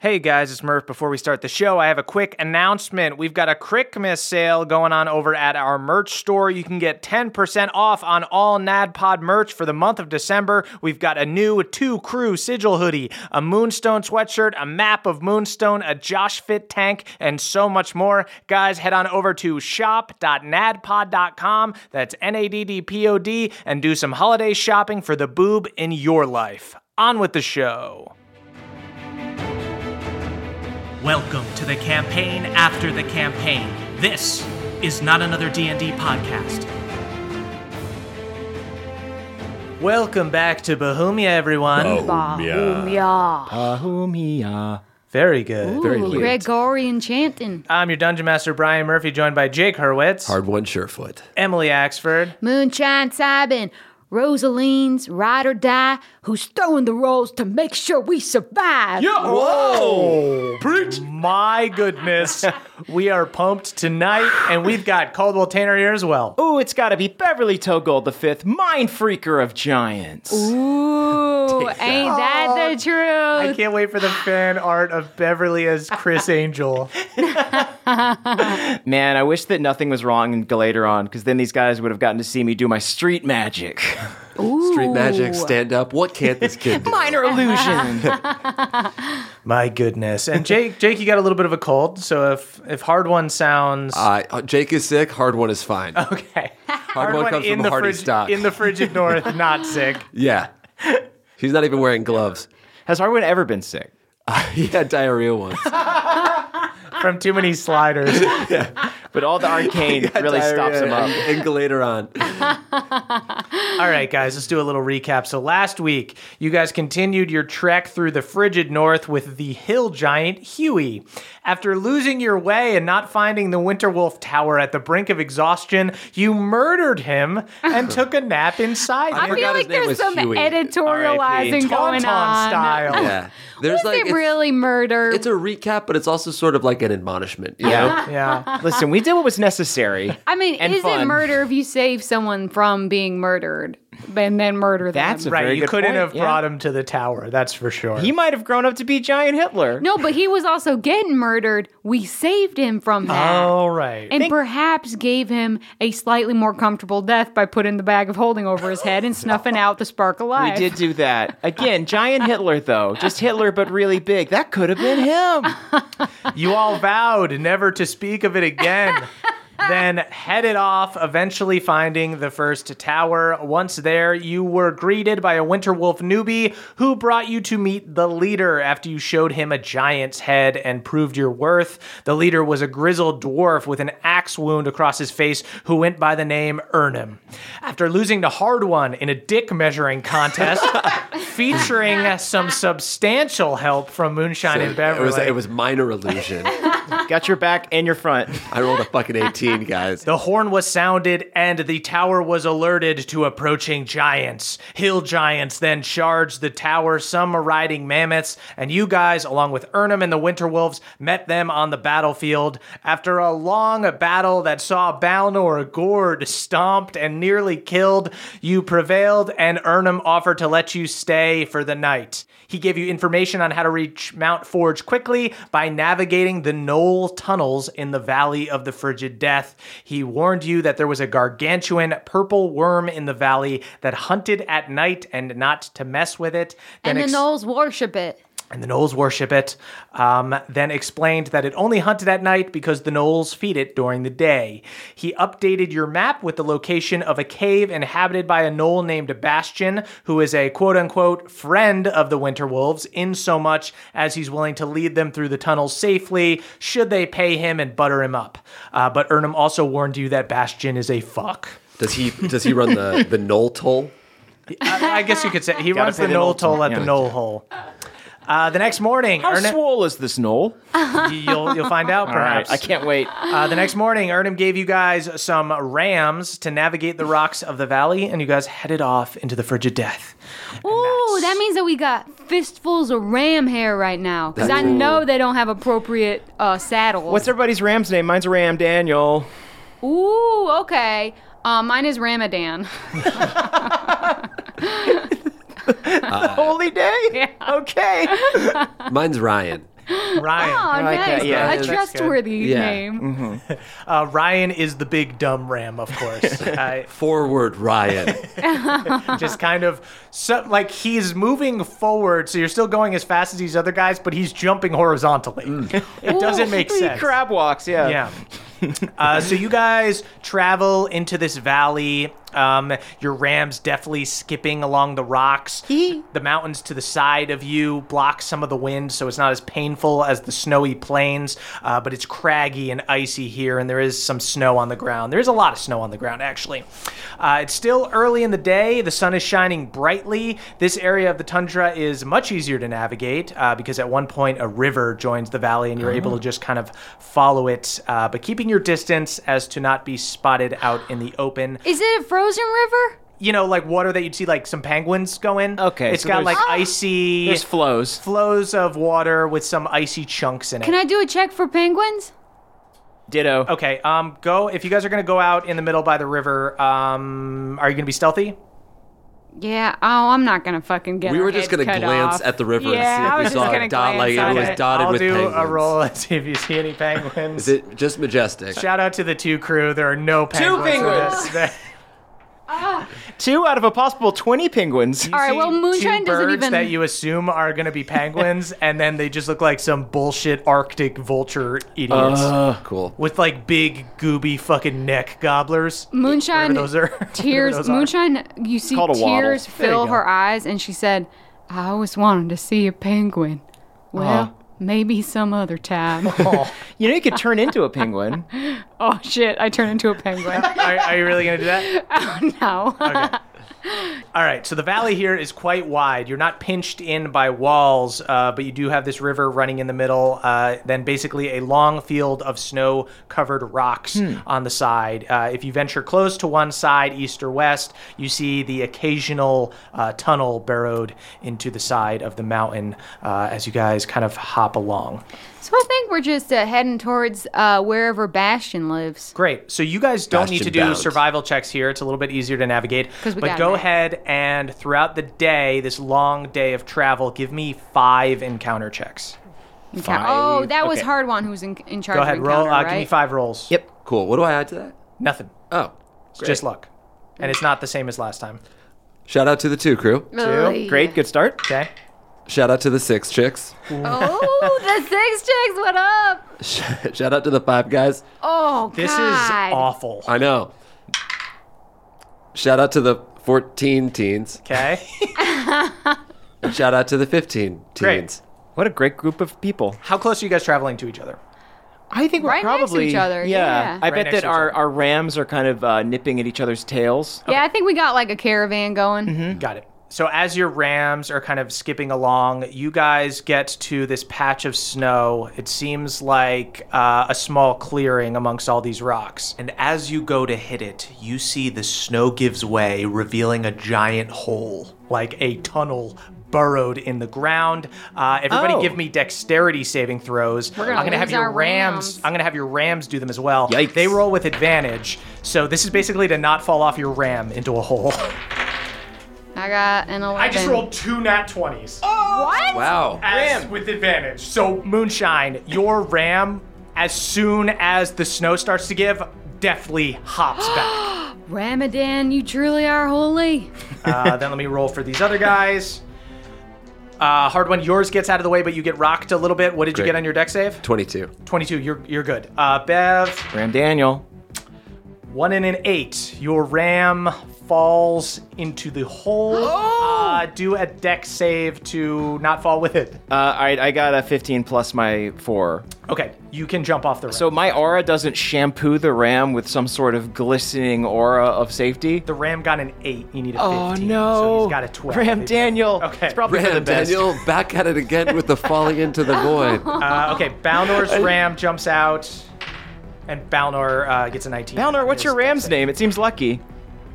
Hey guys, it's Murph. Before we start the show, I have a quick announcement. We've got a Christmas sale going on over at our merch store. You can get 10% off on all NADPOD merch for the month of December. We've got a new Two Crew Sigil hoodie, a Moonstone sweatshirt, a map of Moonstone, a Josh Fit tank, and so much more. Guys, head on over to shop.nadpod.com. That's N A D D P O D, and do some holiday shopping for the boob in your life. On with the show. Welcome to the campaign after the campaign. This is not another D&D podcast. Welcome back to Bohemia, everyone. Very good. Very late. Gregorian chanting. I'm your Dungeon Master, Brian Murphy, joined by Jake Hurwitz, Hard one, surefoot. Emily Axford, Moonshine Sabin. Rosaline's ride or die, who's throwing the rolls to make sure we survive. Whoa! Preach! Oh, My goodness, we are pumped tonight, and we've got Caldwell Tanner here as well. Ooh, it's got to be Beverly Togold the Fifth, mind freaker of giants. Ooh, ain't that the I truth? can't wait for the fan art of Beverly as Chris Angel. Man, I wish that nothing was wrong in Galateron, because then these guys would have gotten to see me do my street magic. Street magic, stand up. What can't this kid do? Minor illusion. My goodness, and Jake, Jake, you got a little bit of a cold, so if if hard one sounds Uh, uh, Jake is sick. Hard one is fine. okay, hard one comes from the Hardy frigid- stock. in the frigid north, not sick. yeah. She's not even wearing gloves. Has Harwin ever been sick? he had diarrhea once. from too many sliders. But all the arcane really stops him up. And later on. All right, guys, let's do a little recap. So last week, you guys continued your trek through the frigid north with the hill giant Huey. After losing your way and not finding the Winter Wolf Tower at the brink of exhaustion, you murdered him and took a nap inside. I him. forgot feel his like name there's was some Huey. editorializing Tauntaun going on. style. Yeah. There's Was like. it it's- really murder? It's a recap, but it's also sort of like an admonishment. You know? Yeah. Yeah. Listen, we did what was necessary. I mean, and is it fun. murder if you save someone from being murdered and then murder them? That's a Right, very you good couldn't point, have yeah. brought him to the tower, that's for sure. He might have grown up to be giant Hitler. no, but he was also getting murdered. We saved him from that. All right. and perhaps gave him a slightly more comfortable death by putting the bag of holding over his head and snuffing out the spark of We life. did do that. Again, giant Hitler, though. Just Hitler, but really big. That could have been him. You all vowed never to speak of it again. then headed off, eventually finding the first tower. Once there, you were greeted by a Winterwolf newbie who brought you to meet the leader after you showed him a giant's head and proved your worth. The leader was a grizzled dwarf with an axe wound across his face who went by the name Ernum. After losing to Hard One in a dick measuring contest, featuring some substantial help from Moonshine and It Beverly. was, it was minor illusion. Got your back and your front. I rolled a fucking 18, guys. The horn was sounded, and the tower was alerted to approaching giants. Hill giants then charged the tower, some riding mammoths, and you guys, along with Ernum and the Winter Wolves, met them on the battlefield. After a long battle that saw Balnor gored, stomped, and nearly killed, you prevailed, and Ernum offered to let you stay for the night. He gave you information on how to reach Mount Forge quickly by navigating the knoll tunnels in the Valley of the Frigid Death. He warned you that there was a gargantuan purple worm in the valley that hunted at night and not to mess with it. Then and the ex- gnolls worship it. and the gnolls worship it. Um, then explained that it only hunted at night because the gnolls feed it during the day. He updated your map with the location of a cave inhabited by a gnoll named Bastion, who is a quote unquote friend of the Winter Wolves, in so much as he's willing to lead them through the tunnels safely should they pay him and butter him up. Uh, but Ernum also warned you that Bastion is a fuck. Does he does he run the the null toll? I, I guess you could say he runs pay the the gnoll gnoll toll at toll. the Yeah. gnoll hole. Uh, the next morning, How Ernum- swole is this knoll? you'll you'll find out All right, perhaps. I can't wait. Uh, the next morning, Ernum gave you guys some rams to navigate the rocks of the valley, and you guys headed off into the frigid death. Ooh, that means that we got fistfuls of ram hair right now. Because I know they don't have appropriate uh, saddles. What's everybody's ram's name? Mine's Ram Daniel. Ooh, okay. Uh, mine is Ramadan. Holy day. Okay. Mine's Ryan. Ryan, Oh, like nice. that, yeah. a That's good. trustworthy Yeah. name. uh, Ryan is the big dumb ram, of course. uh, Forward Ryan. just kind of so, like he's moving forward, so you're still going as fast as these other guys, but he's jumping horizontally. It doesn't make He sense. crab walks, yeah. Yeah. uh, so you guys travel into this valley. Um, your ram's definitely skipping along the rocks. the mountains to the side of you block some of the wind, so it's not as painful as the snowy plains. Uh, but it's craggy and icy here, and there is some snow on the ground. There is a lot of snow on the ground, actually. Uh, it's still early in the day. The sun is shining brightly. This area of the tundra is much easier to navigate uh, because at one point a river joins the valley, and you're able Ah. to just kind of follow it, uh, but keeping your distance as to not be spotted out in the open. Is it a frozen river? You know, like water that you'd see like some penguins go in. Okay, it's so got there's- like icy There's flows. flows of water with some icy chunks in it. Can I do a check for penguins? Ditto. Okay, um, go if you guys are gonna go out in the middle by the river. Um, are you gonna be stealthy? Yeah. Oh, I'm not gonna fucking get. We our were just heads gonna cut glance off. at the river Yeah, I and was just see if we saw gonna a dot glance like at it was it. dotted I'll with do penguins. a roll and see if you see any penguins. Is it just majestic? Shout out to the two crew. There are no penguins. in penguins. this. Two out of a possible 20 penguins. All right. See Well, moonshine two doesn't birds even. that you assume are going to be penguins, and then they just look like some bullshit Arctic vulture idiots cool. with like big gooby fucking neck gobblers. Whatever moonshine. those are. whatever Tears. those are. moonshine. You see called a waddle. tears There you fill go. her eyes, and she said, "I always wanted to see a penguin. Well, maybe some other time." You know, you could turn into a penguin. oh shit! I turned into a penguin. Oh, Are, are you really going to do that? no. All right, so the valley here is quite wide. You're not pinched in by walls, uh, but you do have this river running in the middle. Uh, then basically a long field of snow-covered rocks on the side. Uh, if you venture close to one side, east or west, you see the occasional uh, tunnel burrowed into the side of the mountain uh, as you guys kind of hop along. so I think we're just uh, heading towards uh, wherever Bastion lives. Great. So you guys don't need to Bastion do bound. survival checks here. It's a little bit easier to navigate. 'Cause we But got go a map. ahead and throughout the day, this long day of travel, give me five encounter checks. Okay. Oh, that was Okay. Hardwan who was in, in charge Go ahead, of roll. encounter, Uh, right? Give me five rolls. Yep. Cool. What do I add to that? Nothing. Oh, It's just luck. And it's not the same as last time. shout out to the two crew. Really? Great, good start. Okay. Shout out to the six chicks. Oh, the six chicks, what up? shout out to the five guys. Oh, This God. is awful. I know. Shout out to the 14 teens. Okay. And shout out to the 15 Great. teens. What a great group of people. How close are you guys traveling to each other? I think we're Right next to probably each other, yeah. I Right next bet that to each our, other. our rams are kind of uh, nipping at each other's tails. Mm-hmm. Yeah, I think we got like a caravan going. Got it. So as your rams are kind of skipping along, you guys get to this patch of snow. It seems like uh, a small clearing amongst all these rocks. And as you go to hit it, you see the snow gives way, revealing a giant hole. like a tunnel burrowed in the ground. Uh, everybody, Oh. give me dexterity saving throws. We're gonna I'm gonna have lose your our rams. rams. I'm gonna have your rams do them as well. Yikes. They roll with advantage, so this is basically to not fall off your ram into a hole. I got an 11. two nat twenties What? Wow. with advantage. So moonshine, your ram, as soon as the snow starts to give, deftly hops back. Ramadan, you truly are holy. Uh, then let me roll for these other guys. Uh, hard one. Yours gets out of the way, but you get rocked a little bit. What did you Great. get on your deck save? 22. 22 you're you're good uh bev Ram Daniel. one in an eight your ram falls into the hole uh, do a deck save to not fall with it Uh, all right, I got a 15 plus my four. okay you can jump off the ram So my aura doesn't shampoo the ram with some sort of glistening aura of safety. the ram got an eight you need a 15 Oh no! so he's got a 12 Ram Daniel. Okay. it's probably for the Ram best. Daniel back at it again with the falling into the void. uh, okay balnor's ram jumps out and balnor uh, gets a 19 Balnor, what's your ram's name? It seems lucky.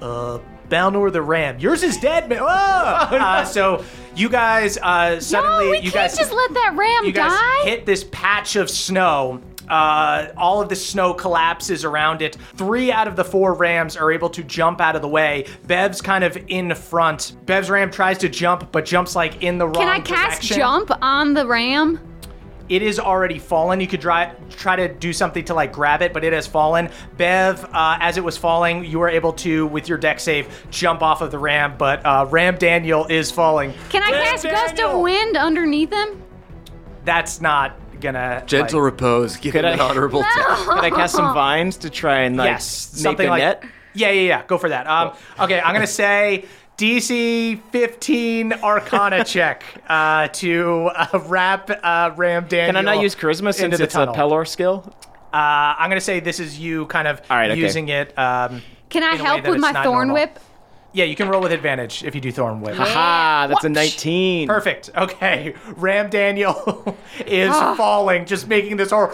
Uh, Balnor the ram yours is dead man Whoa! uh, so you guys uh suddenly no, we you can't guys just let that ram you guys die. hit this patch of snow. Uh, all of the snow collapses around it. Three out of the four rams are able to jump out of the way. Bev's kind of in front. Bev's ram tries to jump, but jumps like in the wrong Can I cast direction. jump on the ram? It is already fallen. You could try try to do something to like grab it, but it has fallen. Bev, uh, as it was falling, you were able to, with your deck save, jump off of the ram, but uh, Ram Daniel is falling. Can I Ram cast gust of Daniel! wind underneath him? That's not gonna Gentle like- repose. Give him I- an honorable death. Can I cast some vines to try and like yes, make something a like net? Yeah, yeah, yeah. Go for that. Um, okay, I'm gonna say DC 15 Arcana check uh, to uh, wrap uh, Ram Daniel. Can I not use charisma since into the it's a tunnel. Pelor skill? Uh, I'm gonna say this is you kind of All right, okay. using it. Um, Can I in a way help that with it's my not thorn normal. whip? Yeah, you can roll with advantage if you do Thorn Whip. Haha, that's a 19. Perfect. Okay, Ram Daniel is falling, just making this horror.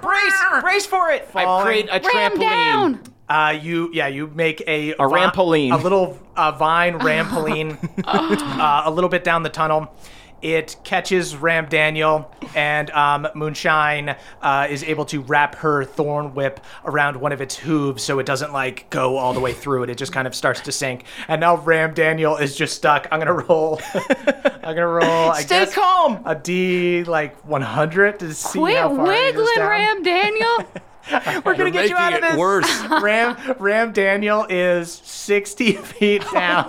Brace, brace for it. I create a Ram trampoline. down! Uh, you yeah, you make a a rampoline. a little uh, vine rampoline, uh, a little bit down the tunnel. It catches Ram Daniel, and um, Moonshine uh, is able to wrap her thorn whip around one of its hooves, so it doesn't like go all the way through it. It just kind of starts to sink, and now Ram Daniel is just stuck. I'm gonna roll. I'm gonna roll. I Stay guess, calm. A D like 100 to see Quit how far he is wiggling, down. Ram Daniel. We're gonna get you Making out of it this. worse. Ram Ram Daniel is 60 feet down,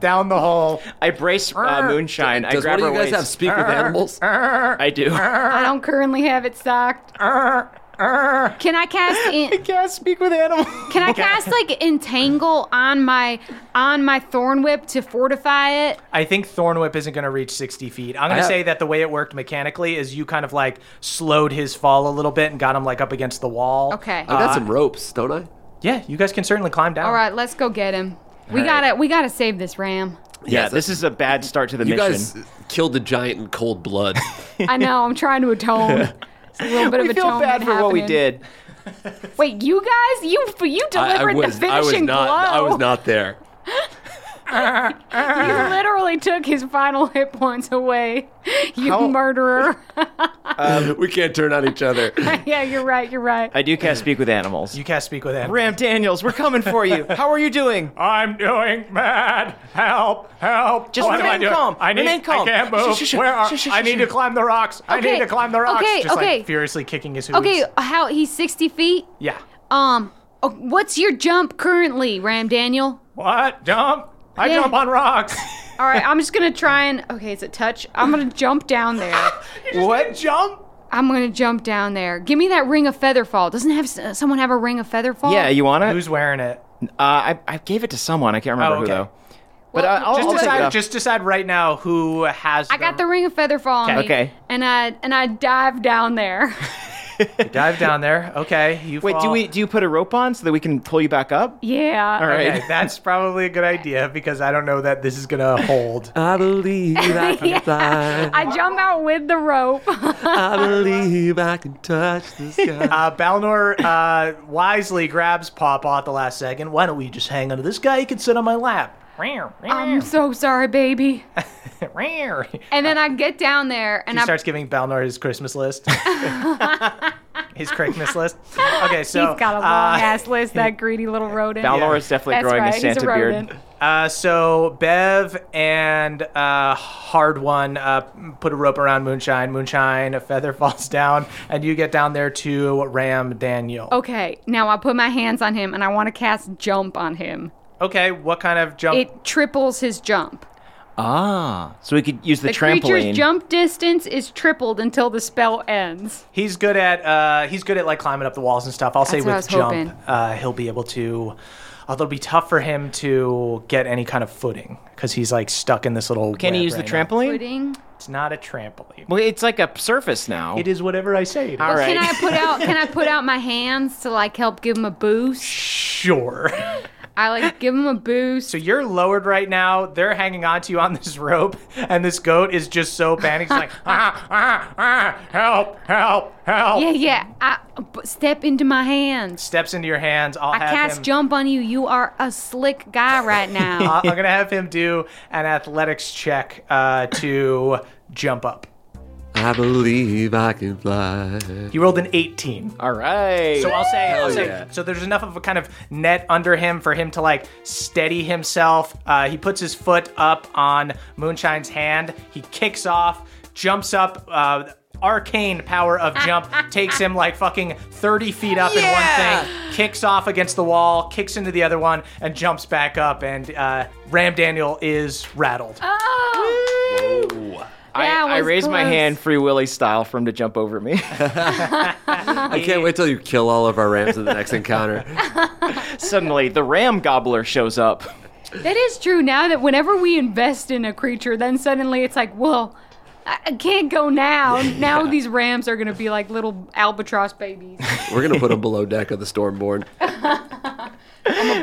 down the hole. I brace uh, moonshine. I Does grab one of you her guys waist. have speak with animals? I do. I don't currently have it stocked. Can I cast? In- Can't speak with animals. can I cast like entangle on my on my thorn whip to fortify it? I think Thorn Whip isn't gonna reach 60 feet. I'm I gonna have- say that the way it worked mechanically is you kind of like slowed his fall a little bit and got him like up against the wall. Okay. I've got some ropes, don't I? Yeah, you guys can certainly climb down. All right, let's go get him. We gotta we gotta save this ram. Yeah, this is a bad start to the You mission. guys killed the giant in cold blood. I know. I'm trying to atone. It's a little bit we of feel atonement bad for what we happening. did. Wait, you guys, you you I, I delivered was, the I was finishing not, I blow. was not there. You literally took his final hit points away. You murderer. we can't turn on each other. yeah, you're right. You're right. I do cast speak with animals. You can't speak with him. Ram Daniels, we're coming for you. How are you doing? I'm doing bad. Help! Help! Just what am I remain doing? calm. I need. Remain calm. I can't move. Shh, shh, shh. Where are? Shh, shh, I shh, need shh. to climb the rocks. I need Okay, to climb the rocks. okay, Just okay. like furiously kicking his hooves. Okay, how he's 60 feet? Yeah. Um, oh, what's your jump currently, Ram Daniel? What? Jump! I Yeah. jump on rocks. All right, I'm just gonna try and okay, it's a touch. I'm gonna jump down there. what? Jump! I'm gonna jump down there. Give me that ring of feather fall. Doesn't have s- someone have a ring of feather fall? Yeah, you want it? Who's wearing it? Uh, I, I gave it to someone. I can't remember Oh, okay. who though. But I, I'll, Just I'll take it decide. off. Just decide right now who has. I got the ring of feather fall Okay. on me, Okay. and I and I dive down there. You dive down there. Okay, you Wait, do fall. we do you put a rope on so that we can pull you back up? Yeah. All right. Okay, that's probably a good idea because I don't know that this is gonna hold. I believe I can fly. I jump out with the rope. I believe I can touch the sky. Uh, Balnor uh, wisely grabs Pawpaw at the last second. Why don't we just hang onto this guy? He can sit on my lap. I'm so sorry, baby. he And then I get down there and I starts giving Balnor his Christmas list. his Christmas list. Okay, so He's got a long uh, ass list, that greedy little rodent. Balnor is definitely That's growing right. a He's Santa a beard. rodent. Uh, so Bev and uh, Hard One uh, put a rope around Moonshine. Moonshine, a feather falls down, and you get down there to ram Daniel. Okay, now I put my hands on him and I want to cast jump on him. Okay, what kind of jump? It triples his jump. Ah, so we could use the, The trampoline. creature's jump distance is tripled until the spell ends. he's good at uh, he's good at like climbing up the walls and stuff. I'll say That's what I with was jump, hoping. uh, he'll be able to. Although it'll be tough for him to get any kind of footing because he's like stuck in this little. Can he web use the right now. trampoline? Footing. It's not a trampoline. Well, it's like a surface now. It is whatever I say. it All is. right. Can I put out can I put out my hands to like help give him a boost? Sure. I like give him a boost. So you're lowered right now. They're hanging on to you on this rope, and this goat is just so panicked. It's like, ah, ah, ah, help, help, help. yeah, yeah. I b- step into my hands. Steps into your hands. I'll I have cast him. Uh, jump on you. You are a slick guy right now. I- I'm gonna have him do an athletics check uh, to jump up. I believe I can fly. He rolled an 18. All right. So I'll say, I'll say yeah. so there's enough of a kind of net under him for him to like steady himself. Uh, he puts his foot up on Moonshine's hand. He kicks off, jumps up. Uh, arcane power of jump takes him like fucking 30 feet up in one thing, kicks off against the wall, kicks into the other one, and jumps back up. And uh, Ram Daniel is rattled. oh, I, That I was raise my close. hand free willy style for him to jump over me. I can't wait till you kill all of our rams in the next encounter. Suddenly, the ram gobbler shows up. that is true. Now that whenever we invest in a creature, then suddenly it's like, well, I I can't go now. Now these rams are gonna be like little albatross babies. We're gonna put them below deck of the Stormborn,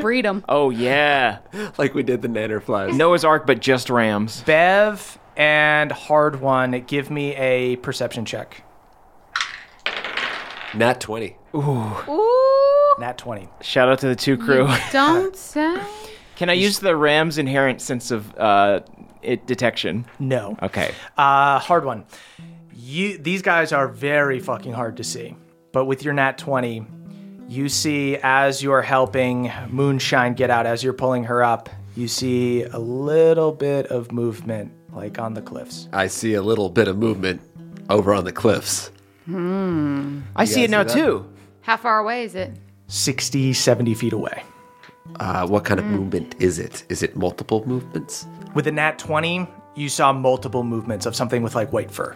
Breed them. Oh yeah, like we did the nanner flies. Noah's Ark, but just rams. Bev and Hard One, give me a perception check. nat twenty. Ooh, Nat 20. Shout out to the two crew. don't say. Can I use the ram's inherent sense of uh, it detection? No. Okay. Uh, hard one. You these guys are very fucking hard to see. But with your nat 20, you see as you're helping Moonshine get out as you're pulling her up, you see a little bit of movement like on the cliffs. I see a little bit of movement over on the cliffs. I see it now that? too. How far away is it? 60, 70 feet away. Uh, what kind of movement is it? Is it multiple movements? With a nat 20, you saw multiple movements of something with like white fur.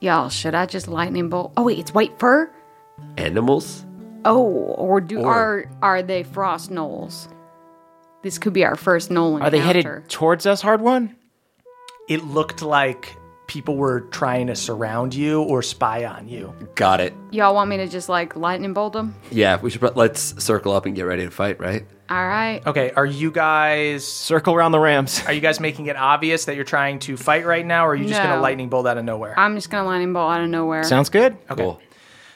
Y'all, should I just lightning bolt? Oh wait, it's white fur. Animals? Oh, or do Or- are are they frost gnolls? This could be our first gnoll encounter. Are they headed towards us, hard one? It looked like people were trying to surround you or spy on you. Got it. Y'all want me to just like lightning bolt them? Yeah, we should. pro- Let's circle up and get ready to fight, right? All right. Okay, are you guys Circle around the rams. Are you guys making it obvious that you're trying to fight right now, or are you just going to No. lightning bolt out of nowhere? I'm just gonna lightning bolt out of nowhere. Sounds good. okay. Cool.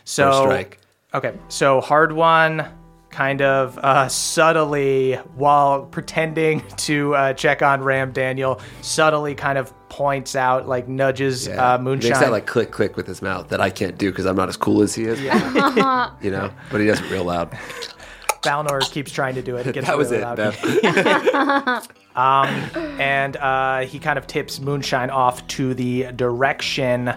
so First strike. Okay, so hard one, kind of uh, subtly, while pretending to uh, check on Ram Daniel, subtly kind of points out, like nudges uh, He makes Moonshine. that like click click with his mouth that I can't do because I'm not as cool as he is. you know, but he does it real loud. Balnor keeps trying to do it. it gets That was really it. loud. Bev. and uh, he kind of tips Moonshine off to the direction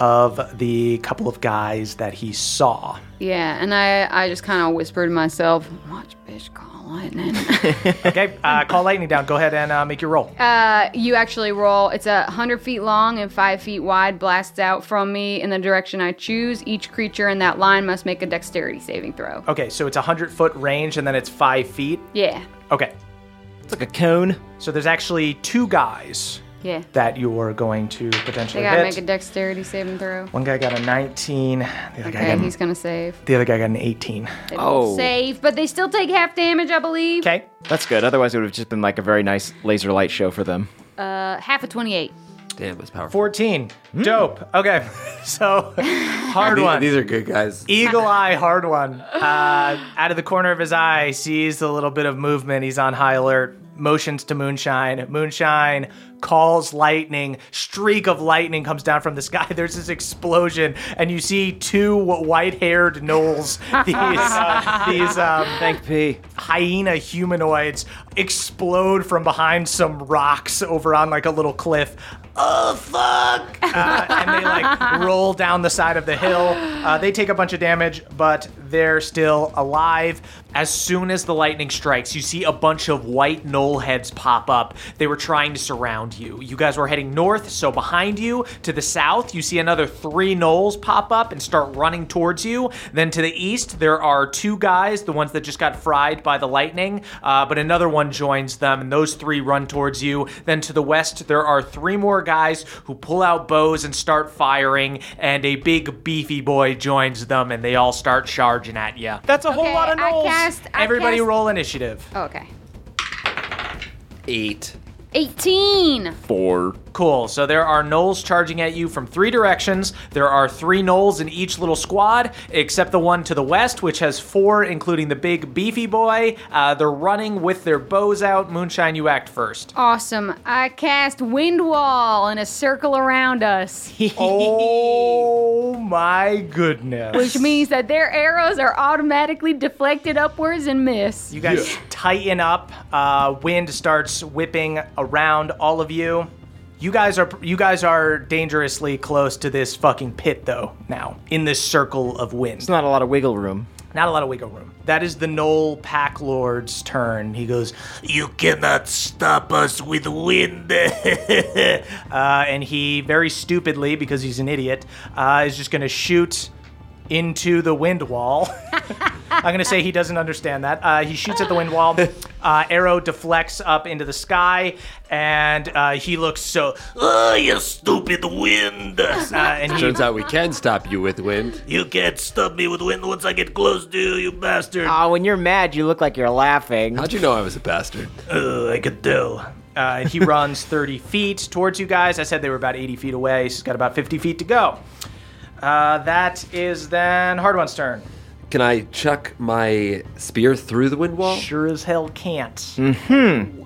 of the couple of guys that he saw. Yeah, and I I just kind of whispered to myself, "Watch, bitch, call lightning." Okay, uh, call lightning down. Go ahead and uh, make your roll. uh, you actually roll. It's a hundred feet long and five feet wide. Blasts out from me in the direction I choose. Each creature in that line must make a dexterity saving throw. Okay, so it's a hundred foot range and then it's five feet. Yeah. Okay, It's like a cone. so there's actually two guys Yeah. that you're going to potentially They gotta hit. make a dexterity saving throw. One guy got a 19. The other, guy, Okay, got, he's gonna save. the other guy got an 18. They both Save, but they still take half damage, I believe. Okay. That's good. Otherwise, it would have just been like a very nice laser light show for them. Uh, half of 28. Damn, that's powerful. 14. Dope. Okay. So hard Hmm. These, one. E these are good guys. Eagle eye, hard one. Uh, out of the corner of his eye, sees a little bit of movement. He's on high alert. Motions to Moonshine. Moonshine calls lightning. Streak of lightning comes down from the sky. There's this explosion, and you see two white-haired gnolls, these these um, P. hyena humanoids, explode from behind some rocks over on like a little cliff. Oh fuck! uh, and they like roll down the side of the hill. Uh, they take a bunch of damage, but they're still alive. As soon as the lightning strikes, you see a bunch of white knoll heads pop up. They were trying to surround you. You guys were heading north, so behind you, to the south, you see another three knolls pop up and start running towards you. Then to the east, there are two guys, the ones that just got fried by the lightning, uh, but another one joins them, and those three run towards you. Then to the west, there are three more guys who pull out bows and start firing, and a big beefy boy joins them, and they all start charging at you. That's a whole Okay, lot of I gnolls. cast- I Everybody cast- roll initiative. Oh, okay. Eight. 18. Four. Cool. So there are gnolls charging at you from three directions. There are three gnolls in each little squad, except the one to the west, which has four, including the big beefy boy. Uh, they're running with their bows out. Moonshine, you act first. Awesome. I cast Wind Wall in a circle around us, Oh my goodness. which means that their arrows are automatically deflected upwards and miss. You guys tighten up. Uh, wind starts whipping around all of you. You guys are you guys are dangerously close to this fucking pit though. Now in this circle of wind, It's not a lot of wiggle room. not a lot of wiggle room. That is the Knoll Pack Lord's turn. He goes, "You cannot stop us with wind," uh, and he very stupidly, because he's an idiot, uh, is just going to shoot into the wind wall. I'm gonna say he doesn't understand that. Uh, he shoots at the wind wall. Uh, arrow deflects up into the sky, and uh, he looks so. Oh, you stupid wind! Uh, and he, Turns out we can stop you with wind. You can't stop me with wind once I get close to you, you bastard. Oh, when you're mad, you look like you're laughing. How'd you know I was a bastard? I could tell. uh, he runs 30 feet towards you guys. I said they were about 80 feet away. He's got about 50 feet to go. Uh, that is then Hard One's turn. Can I chuck my spear through the wind wall? Sure as hell can't.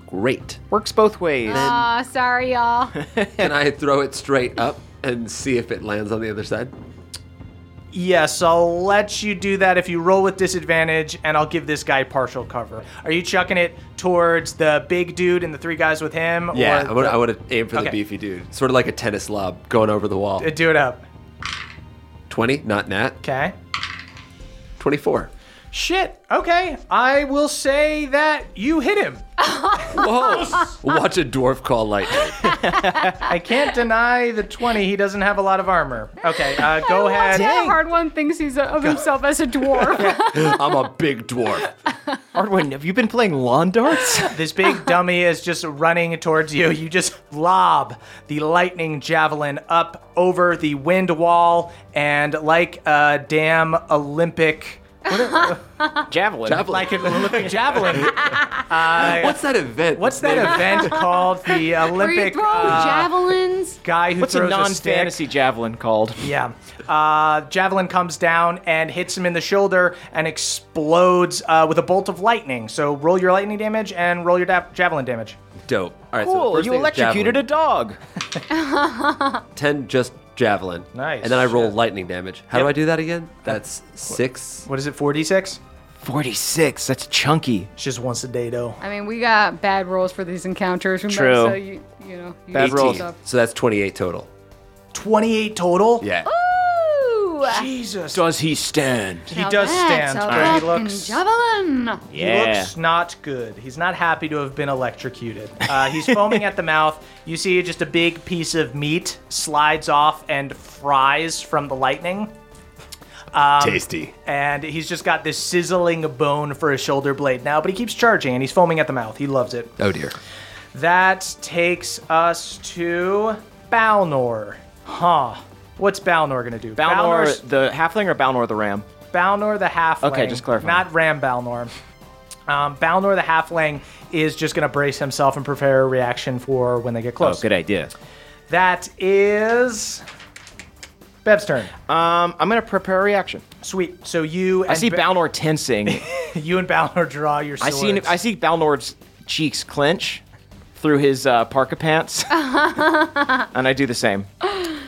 Great. Works both ways. Aw, sorry, y'all. Can I throw it straight up and see if it lands on the other side? Yes, I'll let you do that if you roll with disadvantage, and I'll give this guy partial cover. Are you chucking it towards the big dude and the three guys with him? Yeah, I or want, I want to aim for Okay. the beefy dude. Sort of like a tennis lob going over the wall. Uh, do it up. 20, not nat. Okay. 24. Shit. Okay. I will say that you hit him. Whoa! Watch a dwarf call lightning. I can't deny the 20. He doesn't have a lot of armor. Okay. Uh, go ahead. That hard one thinks he's a, of himself as a dwarf. I'm a big dwarf. Hardwin, have you been playing lawn darts? This big dummy is just running towards you. You just lob the lightning javelin up over the wind wall, and like a damn Olympic, Javelin. Javelin. like an Olympic javelin. What's that event? What's that event called? The Where you Olympic throw uh, javelins. guy who What's a throws non stick? fantasy javelin called? Yeah. Uh, javelin comes down and hits him in the shoulder and explodes uh, with a bolt of lightning. So roll your lightning damage and roll your da- javelin damage. Dope. All right, so the Cool, first you thing is electrocuted a javelin. dog. 10 just javelin. Nice. And then I roll lightning damage. How do I do that again? That's six. What is it, 4d6? 46, that's chunky. It's just once a day, though. I mean, we got bad rolls for these encounters. Remember, True. So you, you know, you Bad do rolls. stuff. So that's 28 total. 28 total? Yeah. Um, Ooh, Jesus. Does he stand? he does that's stand, a but he fucking looks. javelin. He looks not good. He's not happy to have been electrocuted. Uh, he's foaming at the mouth. You see just a big piece of meat slides off and fries from the lightning. Tasty. and he's just got this sizzling bone for a shoulder blade now, but he keeps charging and he's foaming at the mouth. He loves it. Oh, dear. That takes us to Balnor. Huh. What's Balnor gonna do? Balnor Balnor's- the halfling or Balnor the ram? Balnor the halfling. Okay, just clarify. Not Ram Balnor. Um, Balnor the halfling is just going to brace himself and prepare a reaction for when they get close. idea. That is Bev's turn. Um, I'm gonna prepare a reaction. Sweet. So you and I see Be- Balnor tensing. you and Balnor draw your I swords. see I see Balnor's cheeks clench through his uh, parka pants, and I do the same.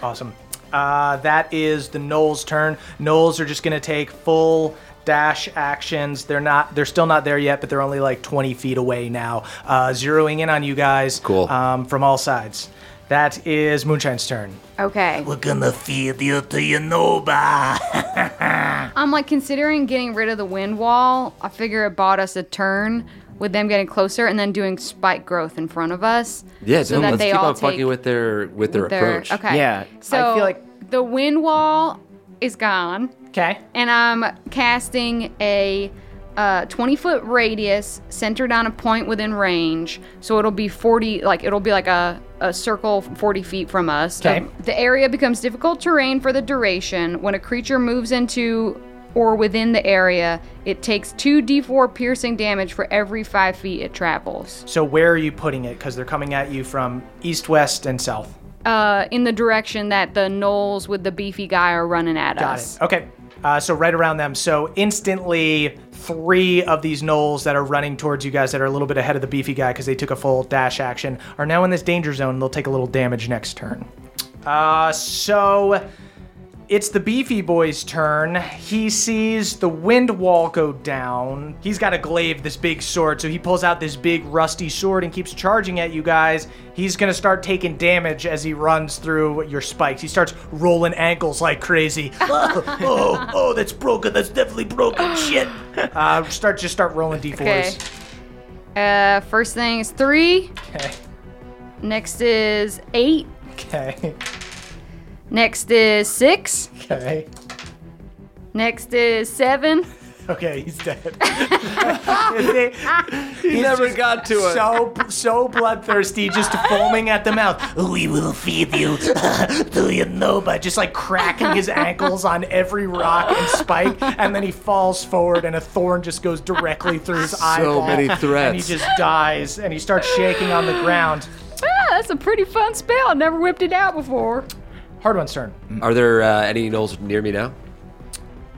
Awesome. Uh, that is the Knolls' turn. Knolls are just going to take full dash actions. They're not. They're still not there yet, but they're only like 20 feet away now, uh, zeroing in on you guys. Cool. Um, from all sides. That is Moonshine's turn. Okay. We're gonna feed you to your Nova. I'm like considering getting rid of the wind wall. I figure it bought us a turn with them getting closer and then doing spike growth in front of us. Yeah, so don't- that let's they keep all on take fucking with their with their, their- approach. Okay. Yeah, I So feel like- the wind wall is gone. Okay. and I'm casting a uh, 20 foot radius centered on a point within range. So it'll be 40, like it'll be like a, a circle 40 feet from us. Okay. The area becomes difficult terrain for the duration. When a creature moves into or within the area, it takes 2d4 piercing damage for every 5 feet it travels. So where are you putting it? Because they're coming at you from east, west, and south. Uh, in the direction that the gnolls with the beefy guy are running at Got us. it. Okay. Uh, so right around them. So instantly, three of these gnolls that are running towards you guys that are a little bit ahead of the beefy guy because they took a full dash action are now in this danger zone. and They'll take a little damage next turn. Uh, so it's the beefy boy's turn. He sees the wind wall go down. He's got a glaive, this big sword, so he pulls out this big rusty sword and keeps charging at you guys. He's gonna start taking damage as he runs through your spikes. He starts rolling ankles like crazy. oh, oh, oh, that's broken. That's definitely broken. Shit. Uh, start just start rolling d4s. Okay. Uh, first thing is three. Okay. Next is eight. Okay. Next is six. Okay. Next is seven. Okay, he's dead. he never got to it. So so bloodthirsty, just foaming at the mouth. We will feed you to your Nova. just like cracking his ankles on every rock and spike, and then he falls forward, and a thorn just goes directly through his eyeball. many And he threats. just dies, and he starts shaking on the ground. Ah, that's a pretty fun spell. Never whipped it out before. Hard one's turn. Are there uh, any gnolls near me now?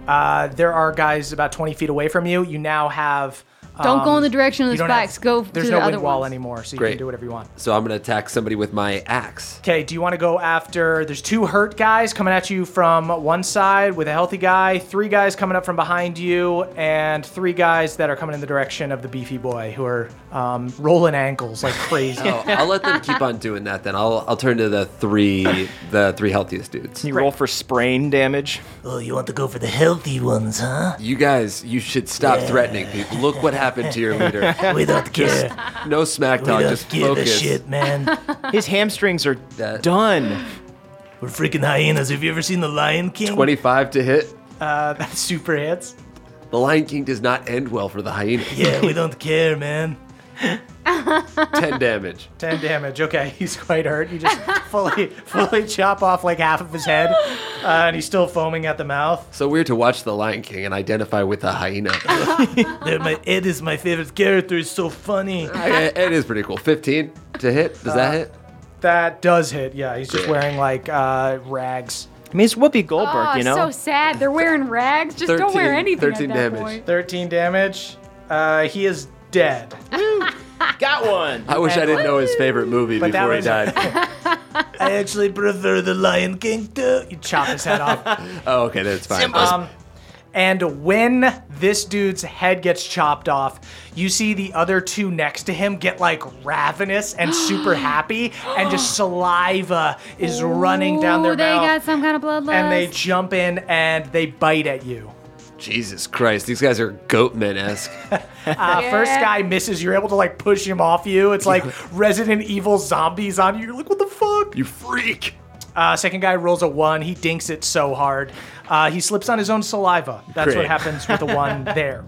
Uh, there are guys about 20 feet away from you. You now have. Don't um, go in the direction of you the don't spikes. have- go There's to no the wind other wall ones. anymore, so you can Great. do whatever you want. So I'm gonna attack somebody with my axe. Okay, do you want to go after? There's two hurt guys coming at you from one side with a healthy guy, three guys coming up from behind you, and three guys that are coming in the direction of the beefy boy who are um, rolling ankles like crazy. Oh, I'll let them keep on doing that. Then I'll I'll turn to the three the three healthiest dudes. You roll for sprain damage. Oh, you want to go for the healthy ones, huh? You guys, you should stop threatening people. Look what happened to your leader. We don't care. No smack We talk, don't just give focus. a shit, man. His hamstrings are That- done. We're freaking hyenas. Have you ever seen The Lion King? 25 to hit. Uh, that super hits. The Lion King does not end well for the hyena. Yeah, we don't care, man. 10 damage. 10 damage. Okay, he's quite hurt. You just fully, fully chop off like half of his head, uh, and he's still foaming at the mouth. So weird to watch The Lion King and identify with the hyena. They're my, Ed is my favorite character. He's so funny. it it is pretty cool. 15 to hit. Does Uh, that hit? That does hit. Yeah, he's just wearing like uh, rags. I mean, it's Whoopi Goldberg, Oh, you know. so sad. They're wearing rags. Just don't wear 13 anything 13 at that damage. point. 13 damage. Uh, he is dead. Got one. I wish I didn't know his favorite movie But that before he was- died. I actually prefer The Lion King too. You chop his head off. oh, okay, that's fine. Um, and when this dude's head gets chopped off, you see the other two next to him get like ravenous and super happy, and just saliva is running down their Ooh, they mouth. got some kind of bloodlust. and they jump in and they bite at you. Jesus Christ, these guys are goat men esque. Uh, First Yeah. guy misses. You're able to like push him off you. It's like Resident Evil zombies on you. You're like, what the fuck? You freak. Uh, second guy rolls a one. He dinks it so hard. Uh, he slips on his own saliva. That's what Great. happens with the one there.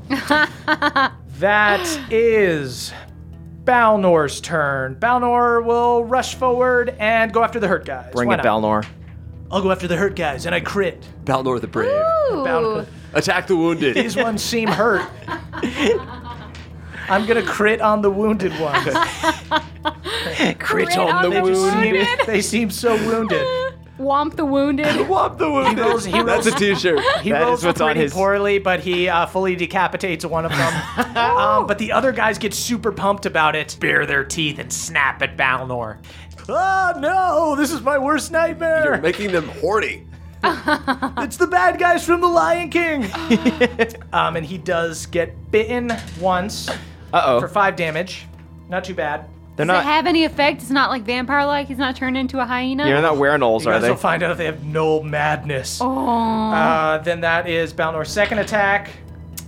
that is Balnor's turn. Balnor will rush forward and go after the hurt guys. Bring Why it, not? Balnor. I'll go after the hurt guys, and I crit. Balnor the Brave. Ooh. Attack the wounded. These ones seem hurt. I'm gonna crit on the wounded ones. Crit on the wounded. they seem so wounded. Womp the wounded. Womp the wounded. rolls- he rolls- That's a t-shirt. He That rolls is what's on pretty his- poorly, but he uh, fully decapitates one of them. um, but the other guys get super pumped about it, bare their teeth, and snap at Balnor. Oh no! This is my worst You're nightmare. making them horny. it's the bad guys from The Lion King. um, and he does get bitten once Uh for oh. five damage. Not too bad. They're Does it not. have any effect? It's not like vampire like. He's not turned into a hyena. You're not wearing holes, You are guys they? will find out if they have no madness. Aw. Uh, then that is Balnor's second attack,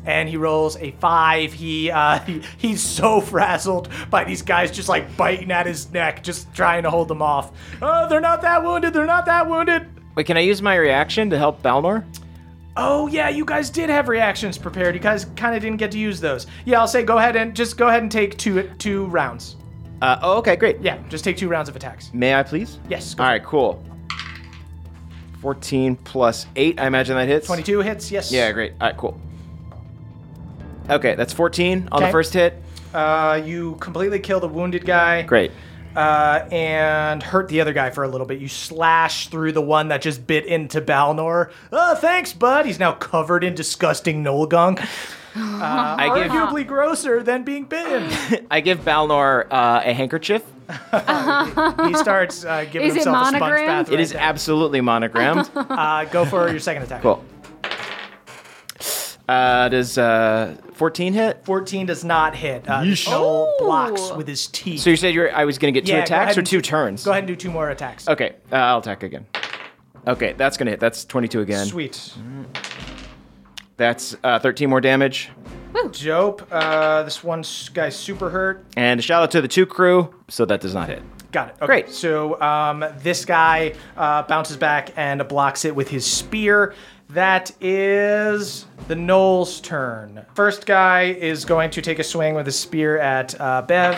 and he rolls a five. He, uh, he he's so frazzled by these guys just like biting at his neck, just trying to hold them off. Oh, they're not that wounded. They're not that wounded. Wait, can I use my reaction to help Balnor? Oh yeah, you guys did have reactions prepared. You guys kind of didn't get to use those. Yeah, I'll say go ahead and just go ahead and take two two rounds. Uh, oh, okay, great. Yeah, just take two rounds of attacks. May I please? Yes. go All for right, cool. 14 plus 8, I imagine that hits. it. Twenty-two hits. Yes. Yeah, great. All right, cool. Okay, that's 14 on the Okay. first hit. Uh, you completely kill the wounded guy. Great. uh, and hurt the other guy for a little bit. You slash through the one that just bit into Balnor. Oh, thanks, bud. He's now covered in disgusting Noel gunk, I give arguably grosser than being bitten. I give Balnor uh, a handkerchief. He starts uh, giving Is it himself a sponge monogrammed? bath. It It right is there. absolutely monogrammed. uh, go for your second attack. cool. Uh, does uh, 14 hit? Fourteen does not hit. Uh, Noel Oh. blocks with his teeth. So you said you're, I was going to get two Yeah, go attacks ahead or and- two turns? go ahead and do two more attacks. Okay, uh, I'll attack again. Okay, that's going to hit. That's 22 again. Sweet. That's uh, 13 more damage. Dope. Uh, this one s- guy's super hurt. And a shout out to the two crew. So that does not hit. Got it. Okay. Great. So um, this guy uh, bounces back and blocks it with his spear. That is the Knoll's turn. First guy is going to take a swing with his spear at uh, Bev,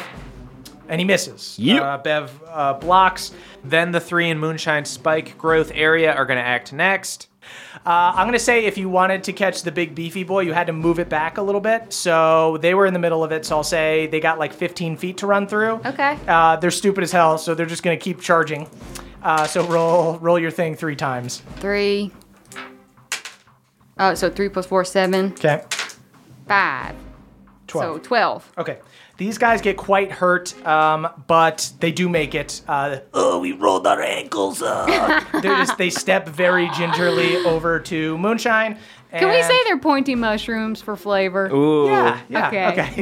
and he misses. Yep. Uh, Bev uh, blocks. Then the three in Moonshine Spike growth area are going to act next. Uh, I'm going to say if you wanted to catch the big beefy boy, you had to move it back a little bit. So they were in the middle of it. So I'll say they got like 15 feet to run through. Okay. Uh, they're stupid as hell, so they're just gonna keep charging. Uh, so roll roll your thing three times. Three. Oh, so three plus four, seven, Okay. five. Twelve. So twelve. okay. These guys get quite hurt, um, but they do make it. Uh, Oh, we rolled our ankles up. they just they step very gingerly over to Moonshine. And Can we say they're pointy mushrooms for flavor? Ooh. Yeah. yeah Okay. okay.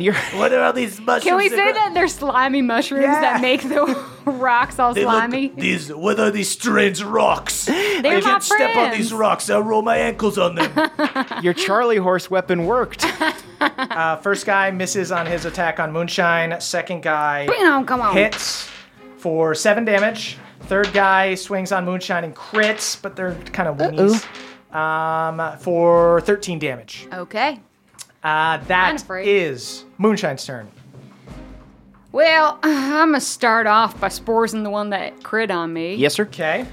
you're. what are all these mushrooms? Can we say that they're slimy mushrooms Yeah. that make the rocks all They look- slimy? these, what are these strange rocks? I They're my can't step on friends. these rocks. I'll roll my ankles on them. Your Charlie horse weapon worked. Uh, first guy misses on his attack on Moonshine. Second guy Bring it on, come on. hits for seven damage. Third guy swings on Moonshine and crits, but they're kind of weenies. Um, for 13 damage. Okay. Uh, that Kinda free. is Moonshine's turn. Well, I'm gonna start off by sporesing the one that crit on me. yes, sir. Okay.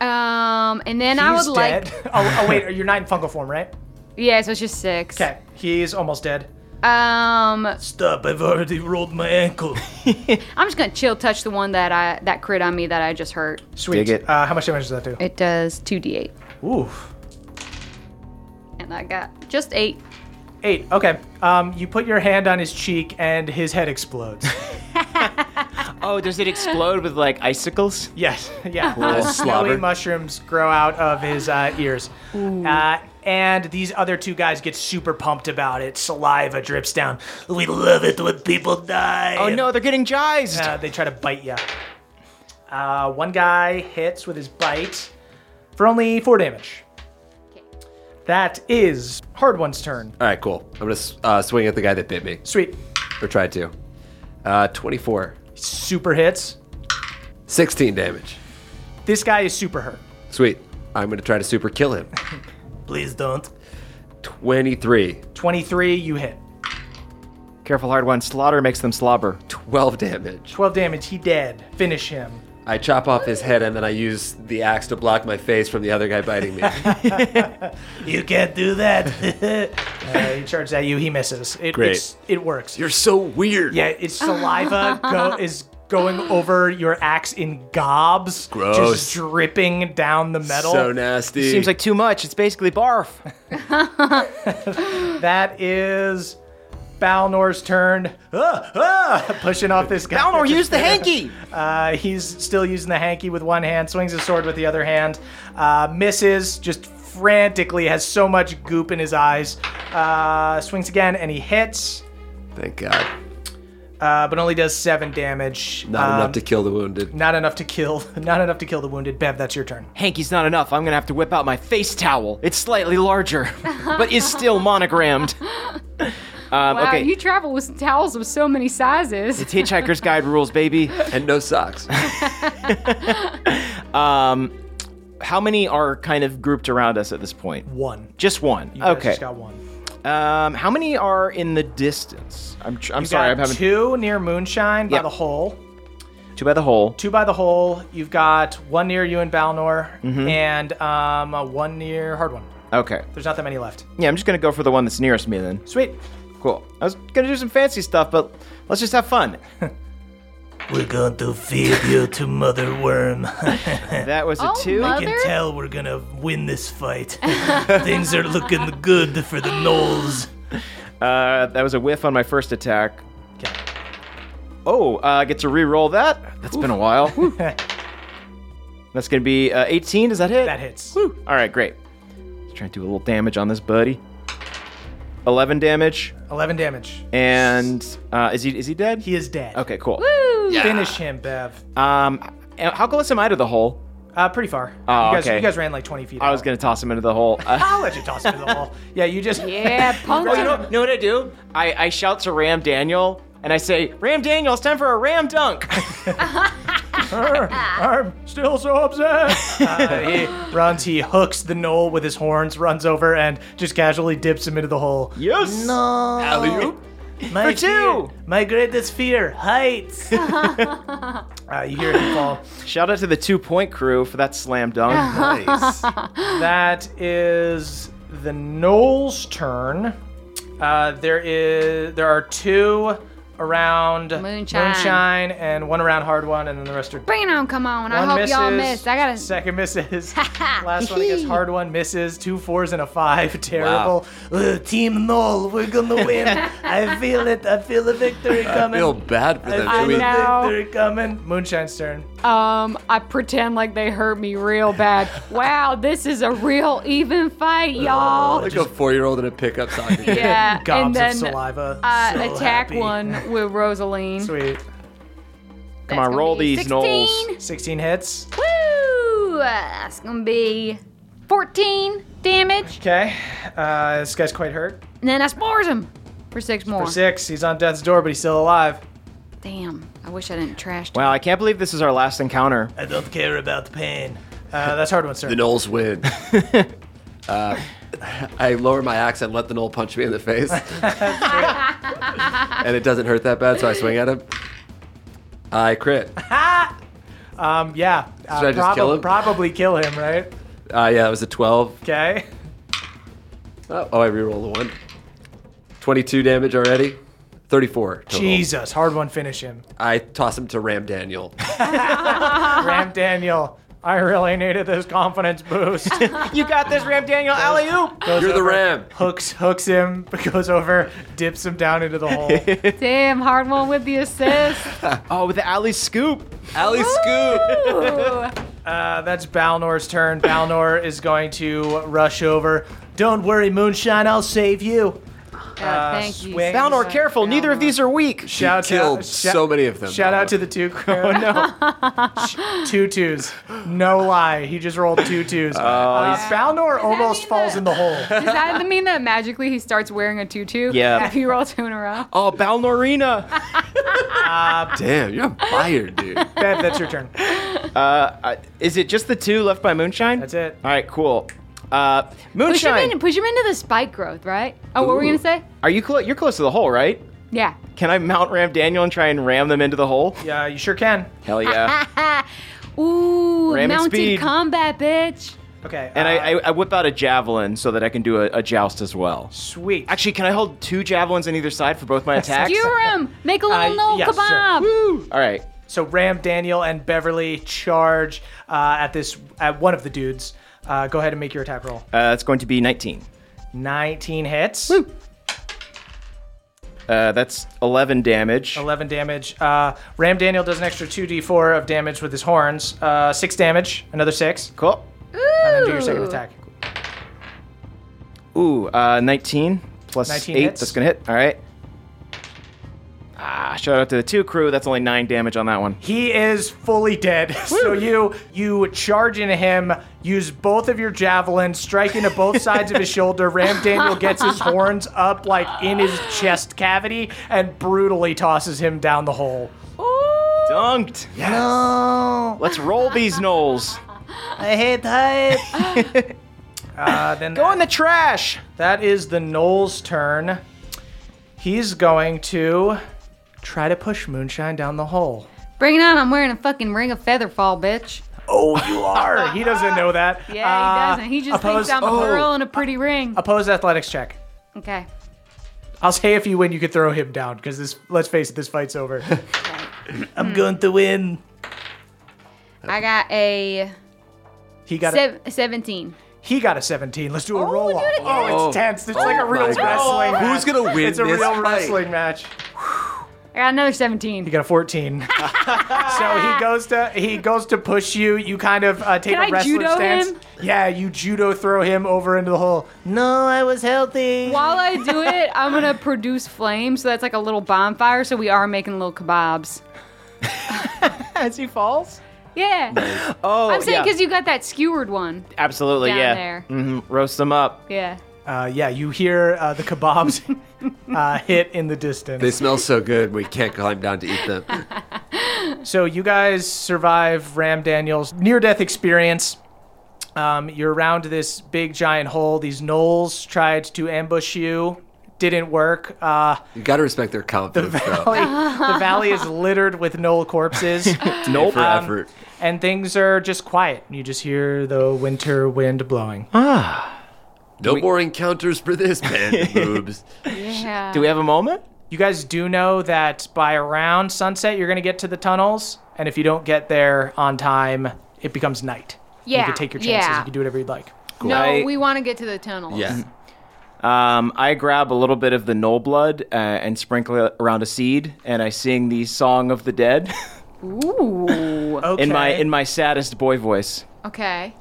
Um, and then I would He's dead. like. oh, oh, wait, you're not in fungal form, right? Yeah, so it's just six. Okay. He's almost dead. Um, Stop, I've already rolled my ankle. I'm just gonna chill touch the one that I that crit on me that I just hurt. Sweet. Dig it. Uh, how much damage does that do? It does two d8, Oof. and I got just eight. Eight. Okay. Um, you put your hand on his cheek and his head explodes. Oh, does it explode with like icicles? yes. Yeah. Uh, Little Snowy slobber. mushrooms grow out of his uh, ears. Uh, and these other two guys get super pumped about it. Saliva drips down. we love it when people die. Oh no, they're getting jized. Uh, they try to bite you. Uh, one guy hits with his bite for only four damage. That is Hard One's turn. All right, cool. I'm gonna uh, swing at the guy that bit me Sweet. or tried to. Uh, 24, Super hits. 16 damage. This guy is super hurt. Sweet. I'm gonna try to super kill him. Please don't. 23, 23, you hit. Careful, hard one. Slaughter makes them slobber. 12 damage. 12 damage. He dead. Finish him. I chop off his head and then I use the axe to block my face from the other guy biting me. You can't do that. Uh, he charges at you. He misses. It, Great. It's, it works. You're so weird. yeah, it's saliva go, is going over your axe in gobs. Gross. Just dripping down the metal. So nasty. Seems like too much. It's basically barf. That is Balnor's turn. Ah, ah, pushing off this guy. Balnor, use the hanky. Uh, he's still using the hanky with one hand, swings his sword with the other hand, uh, misses, just frantically has so much goop in his eyes. Uh, swings again and he hits, Thank God. uh, but only does seven damage. Not Um, enough to kill the wounded. Not enough to kill. Not enough to kill the wounded. Bev, that's your turn. Hanky's not enough. I'm gonna have to whip out my face towel. It's slightly larger, but is still monogrammed. Um, Wow, okay. you travel with towels of so many sizes. It's Hitchhiker's Guide rules, baby. And no socks. Um, How many are kind of grouped around us at this point? One. Just one. You guys okay. Just got one. Um, how many are in the distance? I'm, tr- I'm You sorry. got I'm having two near Moonshine by Yep. the hole. two by the hole. Two by the hole. You've got one near you and Balnor, Mm-hmm. and um, uh, one near Hard One. Okay. There's not that many left. Yeah, I'm just gonna go for the one that's nearest me then. Sweet. Cool. I was gonna do some fancy stuff, but let's just have fun. we're going to feed you to Mother Worm. That was a Oh, two. my- I Mother? can tell we're going to win this fight. Things are looking good for the Knolls. Uh, that was a whiff on my first attack. Oh, uh, I get to re-roll that. That's been a while. Whew. That's gonna be uh, 18. Does that hit? That hits. Whew. All right, great. Let's try and do a little damage on this buddy. 11 damage, 11 damage. and uh, is he is he dead? He is dead. okay, cool. Finish him, Bev. Um, how close am I to the hole? Uh, pretty far. Oh, you guys, okay. You guys ran like 20 feet. I was out. gonna toss him into the hole. Uh, I'll let you toss him to the wall. Yeah, you just. yeah, punk. Oh, you know, know what I do? I, I shout to Ram Daniel and I say, Ram Daniel, it's time for a Ram dunk. I'm still so upset. uh, he runs. He hooks the knoll with his horns. Runs over and just casually dips him into the hole. yes. Alley-oop. My For two. fear- my greatest fear, heights. uh, you hear him fall. Shout out to the two point crew for that slam dunk. Nice. That is the knoll's turn. Uh, there is there are two around Moonshine. Moonshine and one around hard one, and then the rest are Bring it on, come on. I One hope misses, y'all missed. I gotta. second misses. Last one against hard one misses. Two fours and a five. Terrible. Ugh, Uh, Team Knoll, we're going to win. I feel it. I feel the victory I coming. feel bad for them. I Should we- know. Victory Coming. Moonshine's turn. Um, I pretend like they hurt me real bad. wow, this is a real even fight, y'all. Like a four-year-old in a pickup soccer game. Yeah, Gobs and then of saliva. I So attack happy. one with Rosaline. Sweet. Come on, roll these knolls. 16 hits. Woo! That's gonna be 14 damage, Okay. Uh, this guy's quite hurt. and then I spores him for six more. For six, he's on death's door, but he's still alive. Damn, I wish I didn't trash. Wow, I can't believe this is our last encounter. I don't care about pain. Uh, that's hard one, sir. The Knolls win. uh, I lower my axe and let the Knoll punch me in the face. and it doesn't hurt that bad, so I swing at him. I crit. Um, yeah. Uh, Should I just kill him? Probably kill him, right? Uh, yeah, it was a 12. Okay. Oh, oh, I reroll the one. 22 damage already. 34 total. Jesus, hard one, finish him. I toss him to Ram Daniel. Uh-huh. Ram Daniel, I really needed this confidence boost. You got this, Ram Daniel. Alley oop. You're the Ram. hooks hooks him, goes over, dips him down into the hole. Damn, hard one with the assist. Oh, with the alley scoop. Alley Scoop. Ooh. Uh, that's Balnor's turn. Balnor is going to rush over. Don't worry, Moonshine, I'll save you. God, thank you. Uh, swing. so Balnor, much, careful. Neither of Balnor. these are weak. Shout Killed so many of them. Shout out to the two crew. Oh, no. Sh- two twos. No lie. He just rolled two twos. Oh. Uh, Balnor almost mean falls that- in the hole. Does that mean that magically he starts wearing a tutu? Yeah. If you roll two in a row. Oh, Balnorina. Damn, you're on fire, dude. Bev, that's your turn. Uh, is it just the two left by Moonshine? That's it. All right, cool. Uh, Push him, Moonshine, in, push him into the spike growth, right? Oh, what were we gonna say? are you close? You're close to the hole, right? Yeah. Can I mount ram Daniel and try and ram them into the hole? Yeah, you sure can. Hell yeah. Ah, Ooh, Ram and mounted speed. combat, bitch. Okay. and uh, I, I, I whip out a javelin so that I can do a, a joust as well. sweet. Actually, can I hold two javelins on either side for both my attacks? Skewer him. Make a little Uh, no yeah, sure. kebab. All right. So Ram, Daniel, and Beverly charge uh, at this at one of the dudes. Uh, go ahead and make your attack roll. Uh, it's going to be 19. 19 hits, Uh, that's 11 damage. 11 damage. Uh, Ram Daniel does an extra 2d4 of damage with his horns. Uh, six damage, another six. Cool. And then do your second Ooh. attack. Ooh, uh, 19 plus 19 8. hits. That's going to hit. All right. Ah, shout out to the two crew. That's only 9 damage on that one. He is fully dead. So you you charge into him, use both of your javelins, strike into both sides of his shoulder. Ram Daniel gets his horns up like in his chest cavity and brutally tosses him down the hole. Dunked. Yes. Let's roll these gnolls. I hate that. uh, then Go in the trash. that is the Knoll's turn. He's going to try to push Moonshine down the hole. Bring it on. I'm wearing a fucking ring of feather fall, bitch. Oh, you are. he doesn't know that. Uh-huh. Yeah, Uh, he doesn't. He just opposed- thinks I'm a oh, girl in a pretty ring. Opposed athletics check. okay. I'll say if you win, you could throw him down because this. Let's face it, this fight's over. I'm going to win. I got a He got a, sev- 17. he got a 17. Let's do a Oh, roll off. do it again. Oh, it's tense. It's like a real my wrestling. God. match. Who's gonna win It's a this real fight? wrestling match. I got another He 17. got a 14. so he goes to he goes to push you. You kind of uh, take Can a I wrestler judo stance. him? Yeah, you judo throw him over into the hole. No, I was healthy. While I do it, I'm gonna produce flame, so that's like a little bonfire. So we are making little kebabs. As he falls. Yeah, Oh, I'm saying yeah. because you got that skewered one. Absolutely, down yeah. there. hmm Roast them up. Yeah, Uh, yeah, you hear uh, the kebabs uh, hit in the distance. They smell so good, we can't climb down to eat them. So you guys survive Ram Daniel's near-death experience. Um, you're around this big giant hole. These gnolls tried to ambush you. Didn't work. Uh, You gotta respect their confidence, though. the valley is littered with gnoll corpses, Nope. For effort. and things are just quiet. You just hear the winter wind blowing. No more encounters for this band of boobs. yeah. Do we have a moment? You guys do know that by around sunset, you're going to get to the tunnels, and if you don't get there on time, it becomes night. yeah. You can take your chances. Yeah. You can do whatever you'd like. No, I- we want to get to the tunnel. Yeah. Um, I grab a little bit of the knoll blood uh, and sprinkle it around a seed, and I sing the song of the dead Ooh. Okay. in my in my saddest boy voice. okay.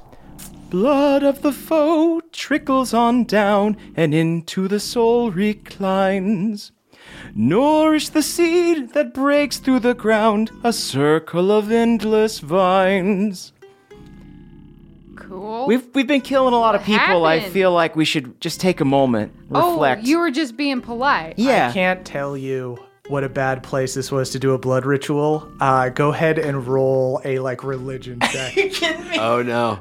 Blood of the foe trickles on down and into the soul reclines. Nourish the seed that breaks through the ground, a circle of endless vines. Cool. We've we've been killing a lot of What people. I happened? feel like we should just take a moment, oh, reflect. you were just being polite. yeah. I can't tell you what a bad place this was to do a blood ritual. Uh, go ahead and roll a like religion check. Oh no.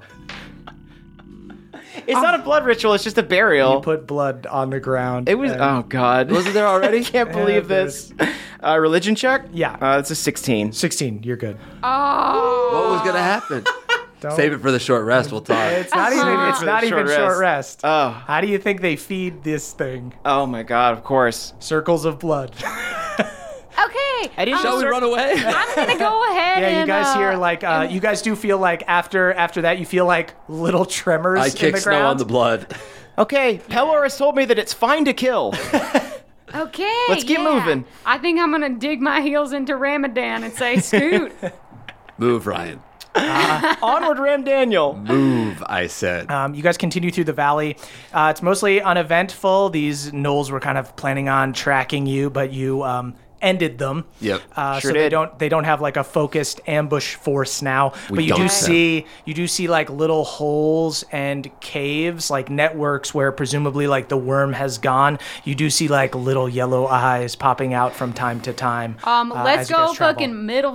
It's Um, not a blood ritual. It's just a burial. Put blood on the ground. Uh, it was. Oh God. Wasn't there already? can't believe this. Uh, religion check. Yeah. Uh, it's a sixteen. 16. You're good. Oh. What was gonna happen? Save it for the short rest. We'll talk. It's not Uh-huh. even. It's For the not even short short rest. rest. Oh. How do you think they feed this thing? Oh my God. Of course. Circles of blood. Okay. I didn't am Shall we run away? I'm gonna go ahead. Yeah, you and, guys uh, hear like uh, you guys do feel like after after that you feel like little tremors I in kick the snow on ground. the blood. Okay. Pelor has told me that it's fine to kill. Okay. Let's get yeah. moving. I think I'm gonna dig my heels into Ramadan and say, "Scoot." Move, Ryan. Onward, Ram Daniel. Move, I said. Um, you guys continue through the valley. Uh, it's mostly uneventful. These gnolls were kind of planning on tracking you, but you um, ended them. Yep. Uh, Sure so they did. don't they don't have like a focused ambush force now. but you don't do now. see you do see like little holes and caves, like networks where presumably like the worm has gone. You do see like little yellow eyes popping out from time to time. Um, uh, let's as you guys go travel. fucking middle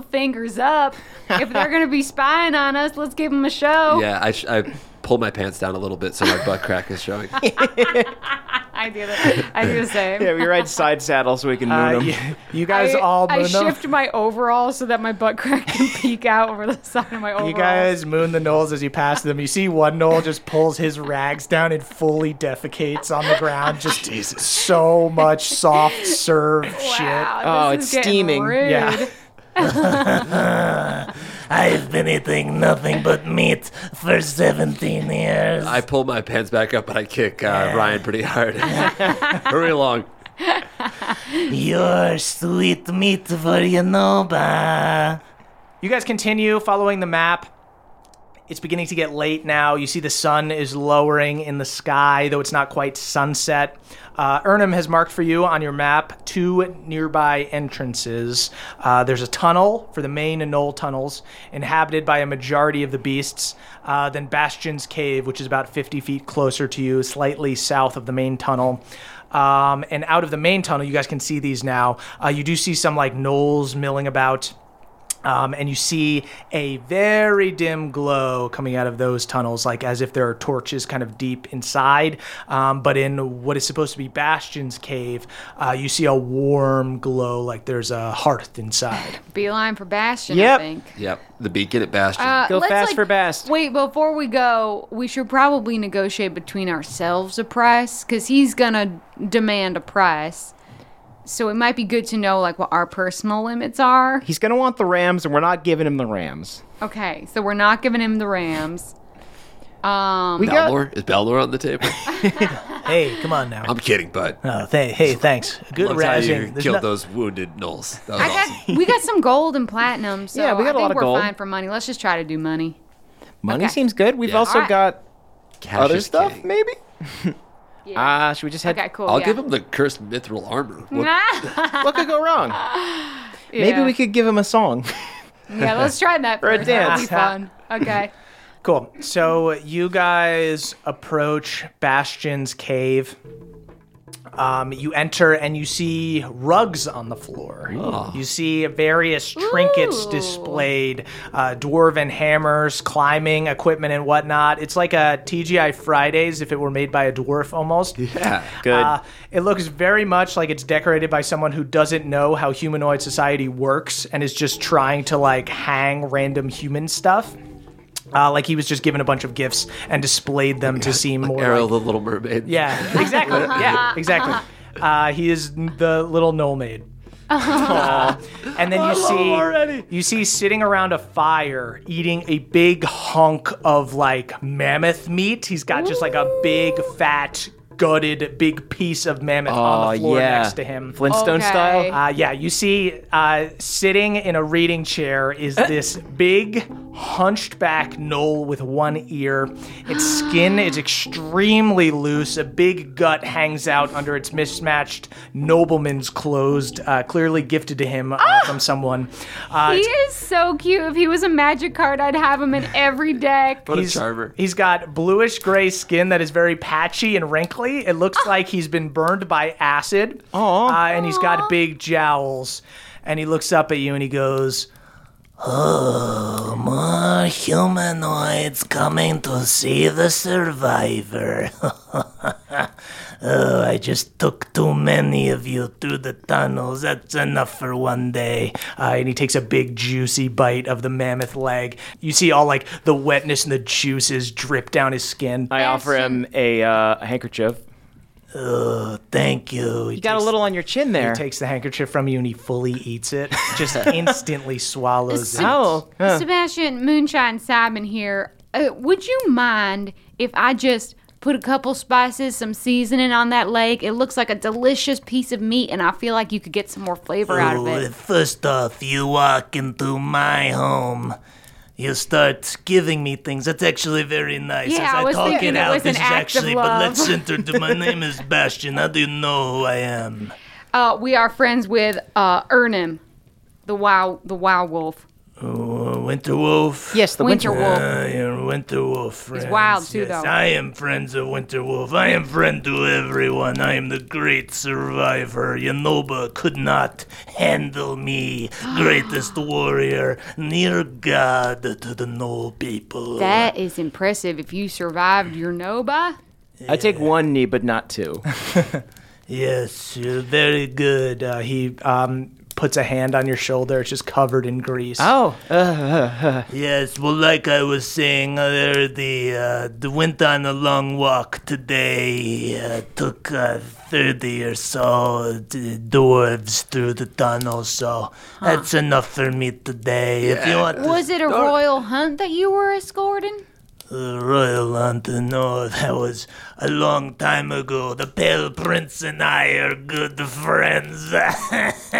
fingers up. if they're gonna be spying on us, let's give them a show. Yeah, I, sh- I pulled my pants down a little bit so my butt crack is showing. I I do the, I do the same. Yeah, we ride side saddle so we can moon Uh, them. you, you guys I, all I moon the- shift my overalls so that my butt crack can peek out over the side of my overalls. You guys moon the knolls as you pass them. You see one knoll just pulls his rags down and fully defecates on the ground. Just so much soft serve shit. wow, Oh, this it's is getting steaming. Rude. Yeah. I've been eating nothing but meat for 17 years. I pull my pants back up and I kick uh, Ryan pretty hard. Hurry along. Your sweet meat for Yanoba. You guys continue following the map. It's beginning to get late now. You see the sun is lowering in the sky, though it's not quite sunset. Uh, Ernum has marked for you on your map two nearby entrances. Uh, there's a tunnel for the main and knoll tunnels, inhabited by a majority of the beasts. Uh, then Bastion's Cave, which is about 50 feet closer to you, slightly south of the main tunnel. Um, and out of the main tunnel, you guys can see these now. Uh, you do see some like knolls milling about. Um, and you see a very dim glow coming out of those tunnels, like as if there are torches kind of deep inside. Um, but in what is supposed to be Bastion's cave, uh, you see a warm glow, like there's a hearth inside. Beeline for Bastion, Yep. I think. Yep, the beacon at Bastion. Uh, Go let's, fast like- for best. Wait, before we go, we should probably negotiate between ourselves a price because he's gonna demand a price. So it might be good to know like what our personal limits are. He's gonna want the Rams, and we're not giving him the Rams. Okay, so we're not giving him the Rams. Um, We got Balnor? Is Balnor on the table? hey, come on now. I'm kidding, bud. Oh, th- hey, thanks. Good Loves how you razzing. There's killed no- those wounded gnolls. That was I awesome. got we got some gold and platinum, so Yeah, we got I a think lot of we're gold. fine for money. Let's just try to do money. money. Okay. Seems good. We've Yeah. also Alright. got Cash other is stuff, king. maybe. Yeah. Ah, should we just head? Okay, cool. I'll yeah. give him the cursed mithril armor. What- What could go wrong? Maybe Yeah. we could give him a song. Yeah, let's try that a first. That'll be dance. fun. Okay. Cool. So you guys approach Bastion's cave. Um, you enter and you see rugs on the floor. You see various trinkets Ooh. displayed, uh, dwarven hammers, climbing equipment, and whatnot. It's like a TGI Fridays if it were made by a dwarf almost. Yeah. Good. Uh, it looks very much like it's decorated by someone who doesn't know how humanoid society works and is just trying to like hang random human stuff. Uh, like he was just given a bunch of gifts and displayed them to seem more. Ariel like- the Little Mermaid. yeah, exactly. yeah, exactly. Uh, he is the little gnoll maid. Uh, and then you see you see sitting around a fire eating a big hunk of like mammoth meat. He's got just like a big fat gutted big piece of mammoth on the floor next to him. Flintstone Okay. style. Uh, yeah, you see, uh, sitting in a reading chair is this big, hunched back knoll with one ear. Its skin is extremely loose. A big gut hangs out under its mismatched nobleman's clothes, uh, clearly gifted to him uh, from someone. Uh, He it's- is so cute. If he was a magic card, I'd have him in every deck. What a He's- charmer. He's got bluish gray skin that is very patchy and wrinkly. It looks like he's been burned by acid. Aw. Uh, and he's got big jowls. And he looks up at you and he goes, Oh, more humanoids coming to see the survivor. oh, I just took too many of you through the tunnels. That's enough for one day. uh, and he takes a big juicy bite of the mammoth leg. You see all like the wetness and the juices drip down his skin. I offer him a, uh, a handkerchief. Oh, thank you. You got a little on your chin there. He takes the handkerchief from you and he fully eats it. Just instantly swallows it. oh, huh. Sebastian, Moonshine, Simon here. Uh, would you mind if I just put a couple spices, some seasoning on that leg? It looks like a delicious piece of meat, and I feel like you could get some more flavor out of Oh, it. First off, you walk into my home. You start giving me things. That's actually very nice. Yeah, As I I, was talk thinking it it out, was an this is act of actually. But let's love. introduce. My name is Bastion. How do you know who I am? Uh, we are friends with uh, Ernim, the wild, the wild wolf. Oh, Winterwolf. yes, the winter. Winter wolf. I am Winterwolf. Friends. wild, too, yes, though. I am friends of Winterwolf. I am friend to everyone. I am the great survivor. Yanoba could not handle me, greatest warrior, near God to the no people. That is impressive. If you survived your Noba, I take one knee, but not two. Yes, you're very good. Uh, he um, puts a hand on your shoulder. It's just covered in grease. Oh, Uh-huh. Yes, well, like I was saying, uh, there the uh, the- went on a long walk today. Uh, took uh, thirty or so d- dwarves through the tunnel, so that's enough for me today. If you want Was it a royal hunt that you were escorting? the royal hunt, uh, no, that was a long time ago. The pale prince and I are good friends.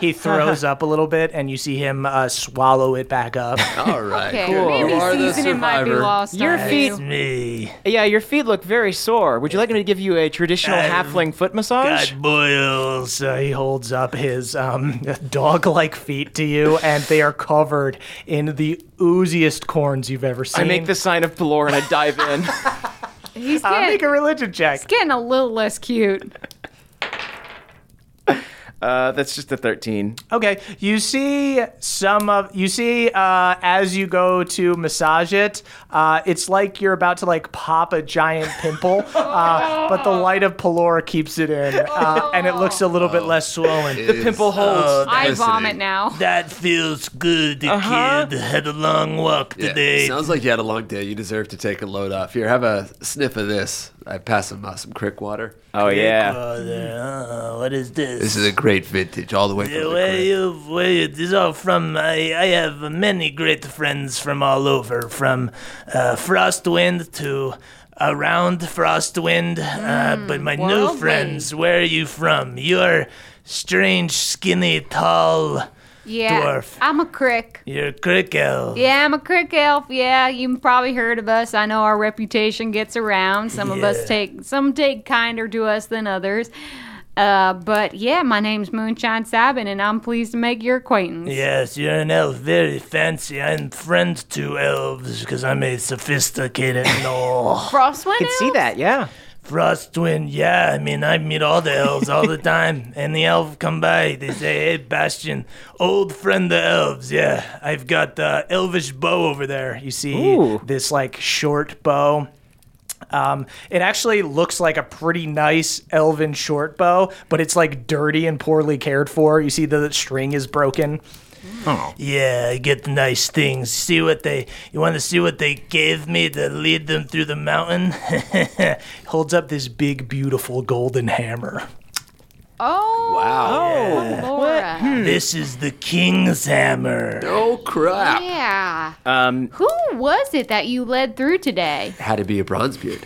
He throws up a little bit, and you see him uh, swallow it back up. All right. Okay, cool. maybe You are the seasoning might be survivor. lost Your on feet- you. me. yeah, your feet look very sore. Would you like me to give you a traditional Uh, halfling foot massage? God boils. oh, So he holds up his um, dog-like feet to you, and they are covered in the ooziest corns you've ever seen. I make the sign of Pelor and I dive in. He's Uh, make getting, a religion check. getting a little less cute. uh, that's just a 13. Okay, you see some of you see uh, as you go to massage it, uh, it's like you're about to like pop a giant pimple, uh, but the light of Pelora keeps it in, uh, and it looks a little bit less swollen. The Pimple holds. I vomit now. That feels good, kid. Had a long walk today. Sounds like you had a long day. You deserve to take a load off. Here, have a sniff of this. I pass him uh, some crick water. oh, yeah. Oh, there. Uh, what is this? This is a great vintage, all the way from Yeah, the where crick. you, where you, this is all from. I, I have many great friends from all over, from uh, Frostwind to around Frostwind. uh, but my new worldly. friends, where are you from? You're strange, skinny, tall. Yeah, Dwarf. I'm a crick. You're crick elf. Yeah, I'm a crick elf. Yeah, you probably heard of us. I know our reputation gets around. Some of us take some take kinder to us than others. Uh, but yeah, my name's Moonshine Sabin, and I'm pleased to make your acquaintance. Yes, you're an elf, very fancy. I'm friend to elves because I'm a sophisticated no. Frostwind. I can e- see that, yeah. Frost twin, yeah. I mean, I meet all the elves all the time, and the elf come by. They say, "Hey, Bastion, old friend of elves." Yeah, I've got uh, elvish bow over there. You see Ooh. this like short bow. Um, it actually looks like a pretty nice elven short bow, but it's like dirty and poorly cared for. You see the string is broken. Yeah, I get the nice things. See what they? You want to see what they gave me to lead them through the mountain? Holds up this big, beautiful golden hammer. Oh, Wow. Laura. this is the king's hammer. Oh, crap. Yeah. Um, Who was it that you led through today? Had to be a Bronzebeard,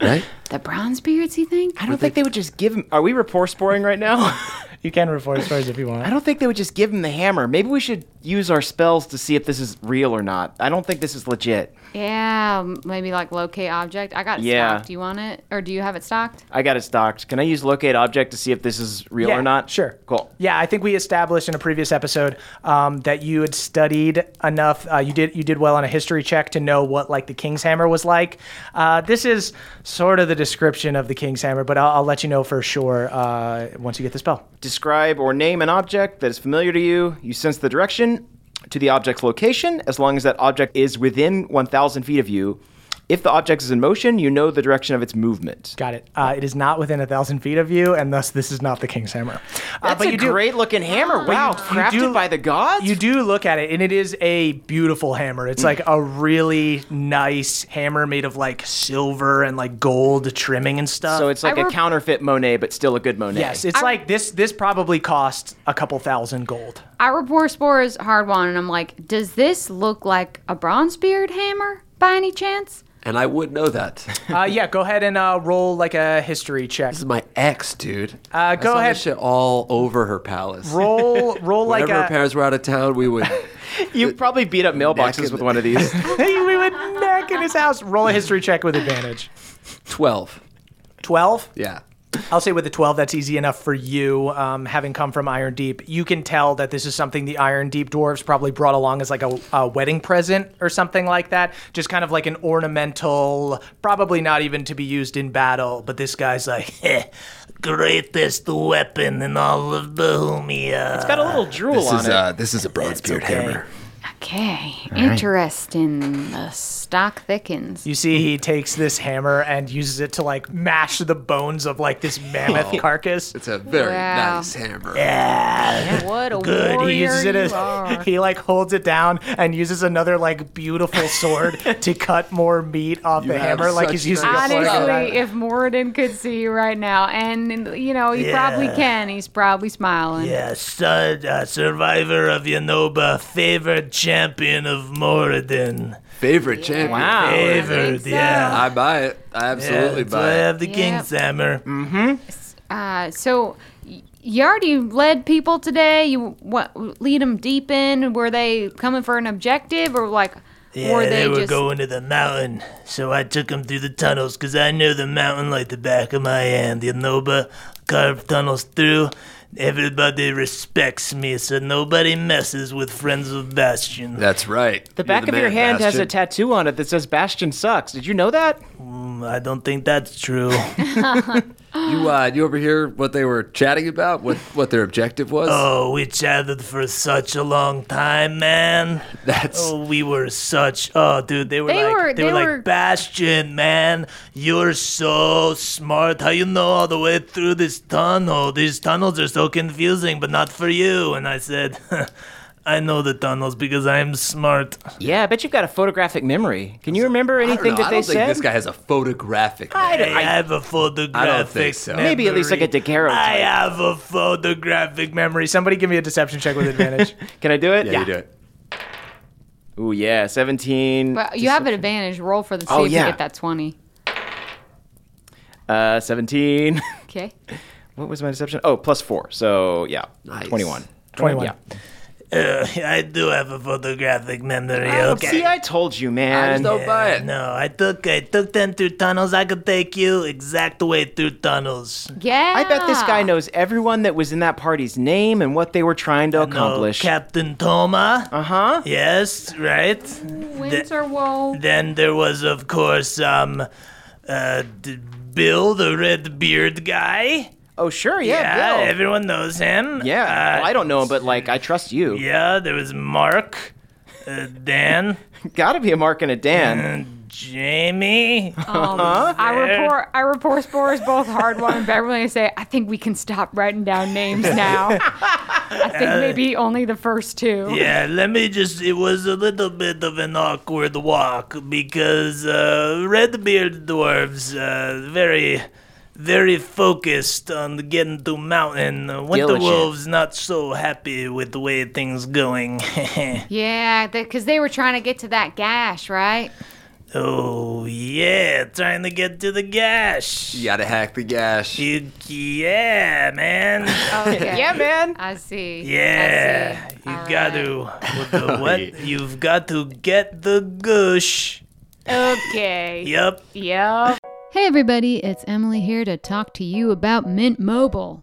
right? The Bronzebeards, you think? I don't think they would just give him. Are we rapport sporing right now? You can report stories if you want. I don't think they would just give him the hammer. Maybe we should use our spells to see if this is real or not. I don't think this is legit. Yeah, m- maybe like locate object. I got it Yeah. stocked. Do you want it, or do you have it stocked? I got it stocked. Can I use locate object to see if this is real Yeah, or not? Sure. Cool. Yeah, I think we established in a previous episode um, that you had studied enough. Uh, you did you did well on a history check to know what like the king's hammer was like. Uh, this is sort of the description of the king's hammer, but I'll, I'll let you know for sure uh, once you get the spell. Describe or name an object that is familiar to you. You sense the direction to the object's location as long as that object is within 1,000 feet of you. If the object is in motion, you know the direction of its movement. Got it. Uh, it is not within a thousand feet of you, and thus this is not the king's hammer. Uh, Ah, That's but a you do- great looking hammer. Wow, crafted do- by the gods. You do look at it, and it is a beautiful hammer. Mm. It's like a really nice hammer made of like silver and like gold trimming and stuff. So it's like I a rep- counterfeit Monet, but still a good Monet. Yes, it's like this. This probably cost a couple thousand gold. I report spores hard one, and I'm like, does this look like a Bronzebeard hammer by any chance? And I would know that. This Uh, yeah, go ahead and uh, roll like a history check. is my ex, dude. Uh, go I saw ahead. This shit all over her palace. Roll, roll like Whenever her a. parents were out of town, we would. You probably beat up mailboxes in with the- one of these. we would neck in his house. Roll a history check with advantage. 12. Twelve. Yeah. I'll say with a 12, that's easy enough for you, um, having come from Iron Deep. You can tell that this is something the Iron Deep dwarves probably brought along as like a, a wedding present or something like that. Just kind of like an ornamental, probably not even to be used in battle, but this guy's like, Heh, Greatest weapon in all of Bohemia. Got a little drool This on is, it. uh, this is a Bronzebeard I hammer. Okay. Interesting. The stock thickens. You see, he takes this hammer and uses it to like mash the bones of like this Oh. mammoth carcass. It's a very Wow. nice hammer. What a Good. warrior He uses it you as are. he like holds it down and uses another like beautiful sword to cut more meat off You the have hammer. Like he's such using nice a hands. fork. Honestly, if Moradin could see you right now, and you know he probably can, he's probably smiling. Yeah, son, uh, survivor of Yanoba, favored champion of Moradin. Favorite champion. Wow. Favored, so. yeah. I buy it. I absolutely yeah, that's why buy I it. have the king's hammer. Mm. Uh, so y- you already led people today. You what? Lead them deep in. Were they coming for an objective, or like, Yeah, were they, they, were just? going to the mountain, so I took them through the tunnels because I know the mountain like the back of my hand. The Anoba carved tunnels through. Everybody respects me, so nobody messes with friends of Bastion. That's right. The back of your hand has a tattoo on it that says Bastion sucks. Did you know that? Mm, I don't think that's true. You, uh, you overhear what they were chatting about? What what their objective was? oh, we chatted for such a long time, man. That's Oh, we were such. Oh, dude, they were They like were- they, they were, were- like Bastion, man. You're so smart. How you know all the way through this tunnel? These tunnels are so confusing, but not for you. And I said, I know the tunnels because I'm smart. Yeah, I bet you've got a photographic memory. Can you remember I anything don't, know. that I they don't think said? this guy has a photographic. I, memory. have a photographic. so. memory. Maybe at least like a Daguerreotype. I have a photographic memory. Somebody give me a deception check with advantage. Can I do it? yeah, you do it. Ooh, yeah, 17. But you have an advantage. Roll for the see Oh, if yeah. you get that twenty. Uh, 17. Okay. what was my deception? Oh, plus 4. So, yeah. 21. 21. Yeah. Uh, I do have a photographic memory. okay. Oh, See, I told you, man. I just don't buy it. No, I took I took them through tunnels. I could take you exact way through tunnels. Yeah. I bet this guy knows everyone that was in that party's name and what they were trying to accomplish. No, Captain Toma. uh huh. Yes, right. Winter Wolf. Then there was of course um, uh, D- Bill, the red beard guy. Oh, sure. Yeah. Yeah. Bill. everyone knows him. yeah. Uh, Well, I don't know him, but like, I trust you. Yeah, there was Mark, uh, Dan, Gotta be a Mark and a Dan. and Jamie. Um, I report. I report spores both hard one and Beverly and say, I think we can stop writing down names now. I think Uh, maybe only the first two. Yeah, let me just. It was a little bit of an awkward walk because uh, red beard dwarves uh, very, very focused on getting to mountain. Uh, Winter Diligent. wolves not so happy with the way things going. Yeah, because they were trying to get to that gash, right? oh yeah, trying to get to the gash. You gotta hack the gash. You- yeah, man. Okay. Yeah, man. I see. Yeah, I see. you All got right. to. What, the, what? You've got to get the gush. Okay. Yup. Yep. Hey everybody, it's Emily here to talk to you about Mint Mobile.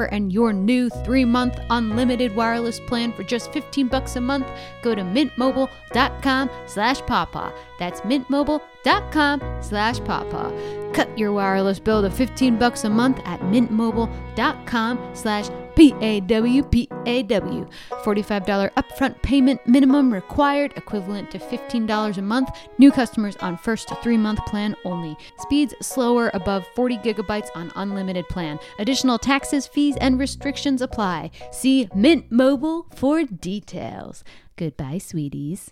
and your new three month unlimited wireless plan for just 15 bucks a month, go to mintmobile.com slash pawpaw. That's mintmobile.com slash pawpaw. Cut your wireless bill to 15 bucks a month at mintmobile.com slash PAW PAW. $45 upfront payment minimum required, equivalent to $15 a month. New customers on first three month plan only. Speeds slower above 40 gigabytes on unlimited plan. Additional taxes, fees, and restrictions apply. See Mint Mobile for details. Goodbye, sweeties.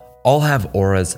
all have auras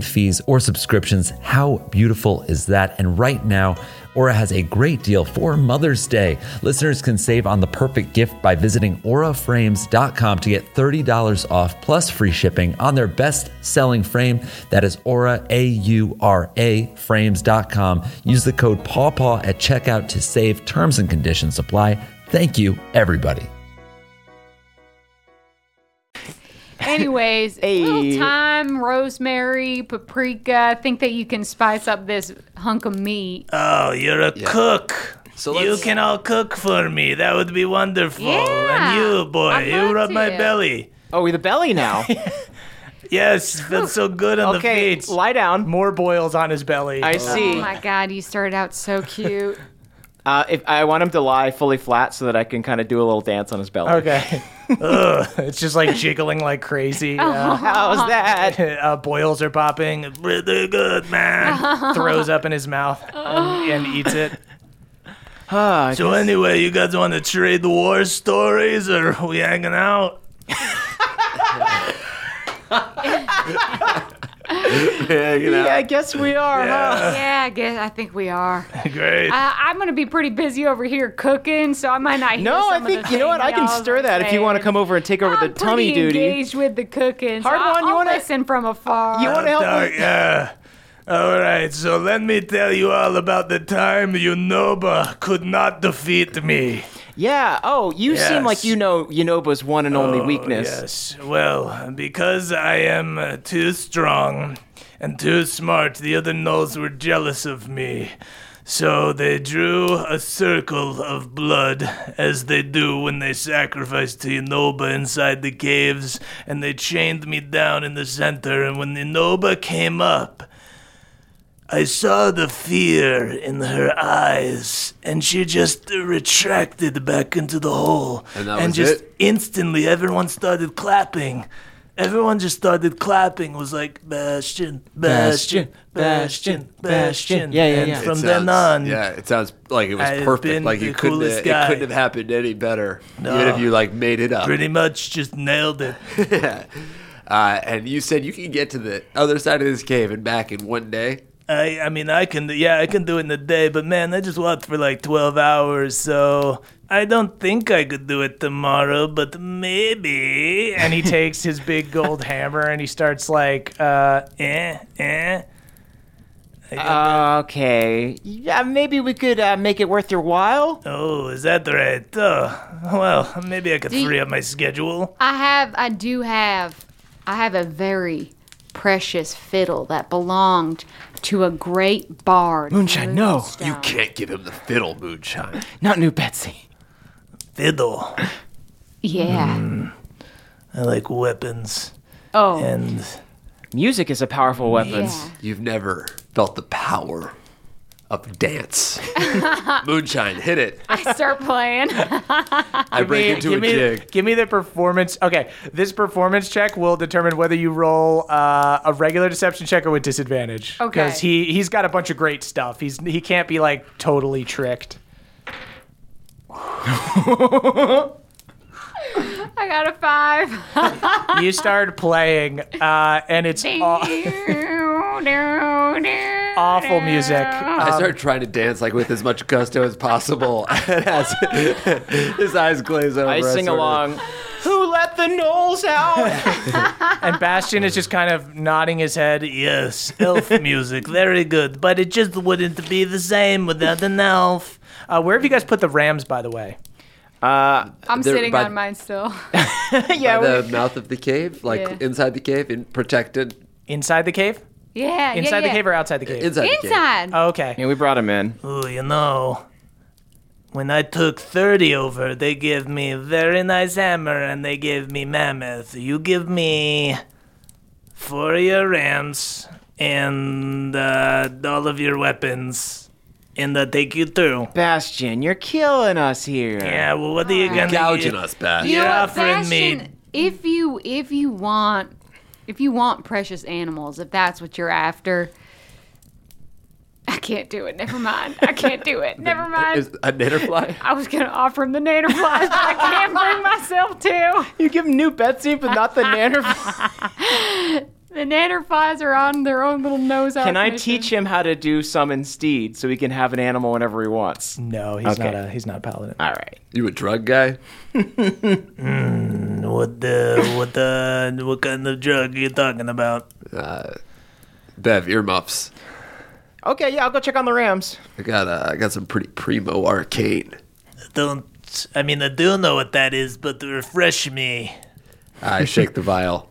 fees or subscriptions. How beautiful is that? And right now, Aura has a great deal for Mother's Day. Listeners can save on the perfect gift by visiting auraframes.com to get $30 off plus free shipping on their best selling frame. That is aura, A U R A, frames.com. Use the code PAWPAW at checkout to save. Terms and conditions apply. Thank you, everybody. Anyways, a little thyme, rosemary, paprika. I think that you can spice up this hunk of meat. Oh, you're a cook. So you let's- can all cook for me. That would be wonderful. Yeah, and you, boy, I'd you love rub my to. belly. Oh, with the belly now. Yes, feels so good on okay, the feet. lie down. More boils on his belly. I see. Oh my god, you started out so cute. Uh, if I want him to lie fully flat so that I can kind of do a little dance on his belly. Okay. Ugh, it's just like jiggling like crazy. Oh, Yeah. How's that? uh, boils are popping. Pretty good, man. Throws up in his mouth and, and eats it. Ah, so anyway, you guys want to trade war stories, or we hanging out? yeah, you know. yeah, I guess we are, huh? yeah, I guess I think we are. Great. Uh, I'm gonna be pretty busy over here cooking, so I might not. Hear No, some I of think the you know what. things I can y'all stir that if you want to saying. come over and take over I'm the tummy pretty duty. engaged with the cooking. So Hard I'll, one, you I'll wanna- listen from afar. You want to help Dark, me? Oh, yeah. All right, so let me tell you all about the time Yunoba could not defeat me. Yeah. Oh, you seem like Yes. Oh, you know Yonoba's one and only weakness. Yes. Well, because I am uh, too strong and too smart, the other gnolls were jealous of me. So they drew a circle of blood, as they do when they sacrifice to Inoba inside the caves, and they chained me down in the center. And when Inoba came up, I saw the fear in her eyes, and she just retracted back into the hole. And that was just it? instantly, everyone started clapping. Everyone just started clapping. It was like Bastion, Bastion, Bastion, Bastion. Yeah, yeah, And yeah. From It then sounds- on, yeah, it sounds like it was I've perfect. been Like you the couldn't, coolest it guy. couldn't have happened any better. No. Even if you like made it up. pretty much just nailed it. Uh, and you said you can get to the other side of this cave and back in one day. I, I mean, I can, yeah, I can do it in a day, but man, I just walked for like 12 hours, so I don't think I could do it tomorrow, but maybe. And he takes his big gold hammer and he starts like, uh, Eh, eh. Okay. Yeah, maybe we could uh, make it worth your while. Oh, is that right? Oh, well, maybe I could you- free up my schedule. I have, I do have, I have a very precious fiddle that belonged to a great bard. Moonshine, no. You can't give him the fiddle, Moonshine. Not new Betsy. Fiddle. Yeah. I like weapons. Oh. And Music is a powerful weapon. yeah. You've never felt the power of dance. Moonshine, hit it. I start playing. I break into a give me, jig. give me the performance. Okay, this performance check will determine whether you roll uh, a regular deception check or with disadvantage. Okay. Because he he's got a bunch of great stuff. He's he can't be like totally tricked. I got a five. you start playing, uh, and it's aw- awful music. I start trying to dance like with as much gusto as possible. and as his eyes glaze over, I sing sort of- along. Who let the gnolls out? And Bastion is just kind of nodding his head. yes, elf music, very good, but it just wouldn't be the same without an elf. Uh, where have you guys put the rams, by the way? Uh, I'm There- sitting by- on mine still. by the mouth of the cave, like Yeah. inside the cave, in protected Inside the cave? Yeah. Inside yeah, yeah. the cave or outside the cave? inside. The cave. Inside. okay. yeah, we brought him in. Oh, you know, when I took 30 over, they gave me a very nice hammer and they gave me mammoth. You give me for your ramps and uh, all of your weapons, and I'll take you through. Bastion, you're killing us here. Yeah, well, what are you gonna Gouging do? us, Beth. You know You're what, offering me. Bastion, If you if you want if you want precious animals, if that's what you're after. I can't do it. Never mind. I can't do it. Never mind. Is a naderfly? I was gonna offer him the nader flies, but I can't bring myself to. You give him new Betsy, but not the nanner. The nader flies are on their own little nose. can I teach him how to do summon steed so he can have an animal whenever he wants? No, he's Okay. not a he's not a paladin. All right. You a drug guy? What the what the what kind of drug are you talking about? Uh, Bev, earmuffs. Okay, yeah, I'll go check on the Rams. I got uh, I got some pretty primo arcane. Don't I mean I do know what that is, but refresh me. I shake the vial.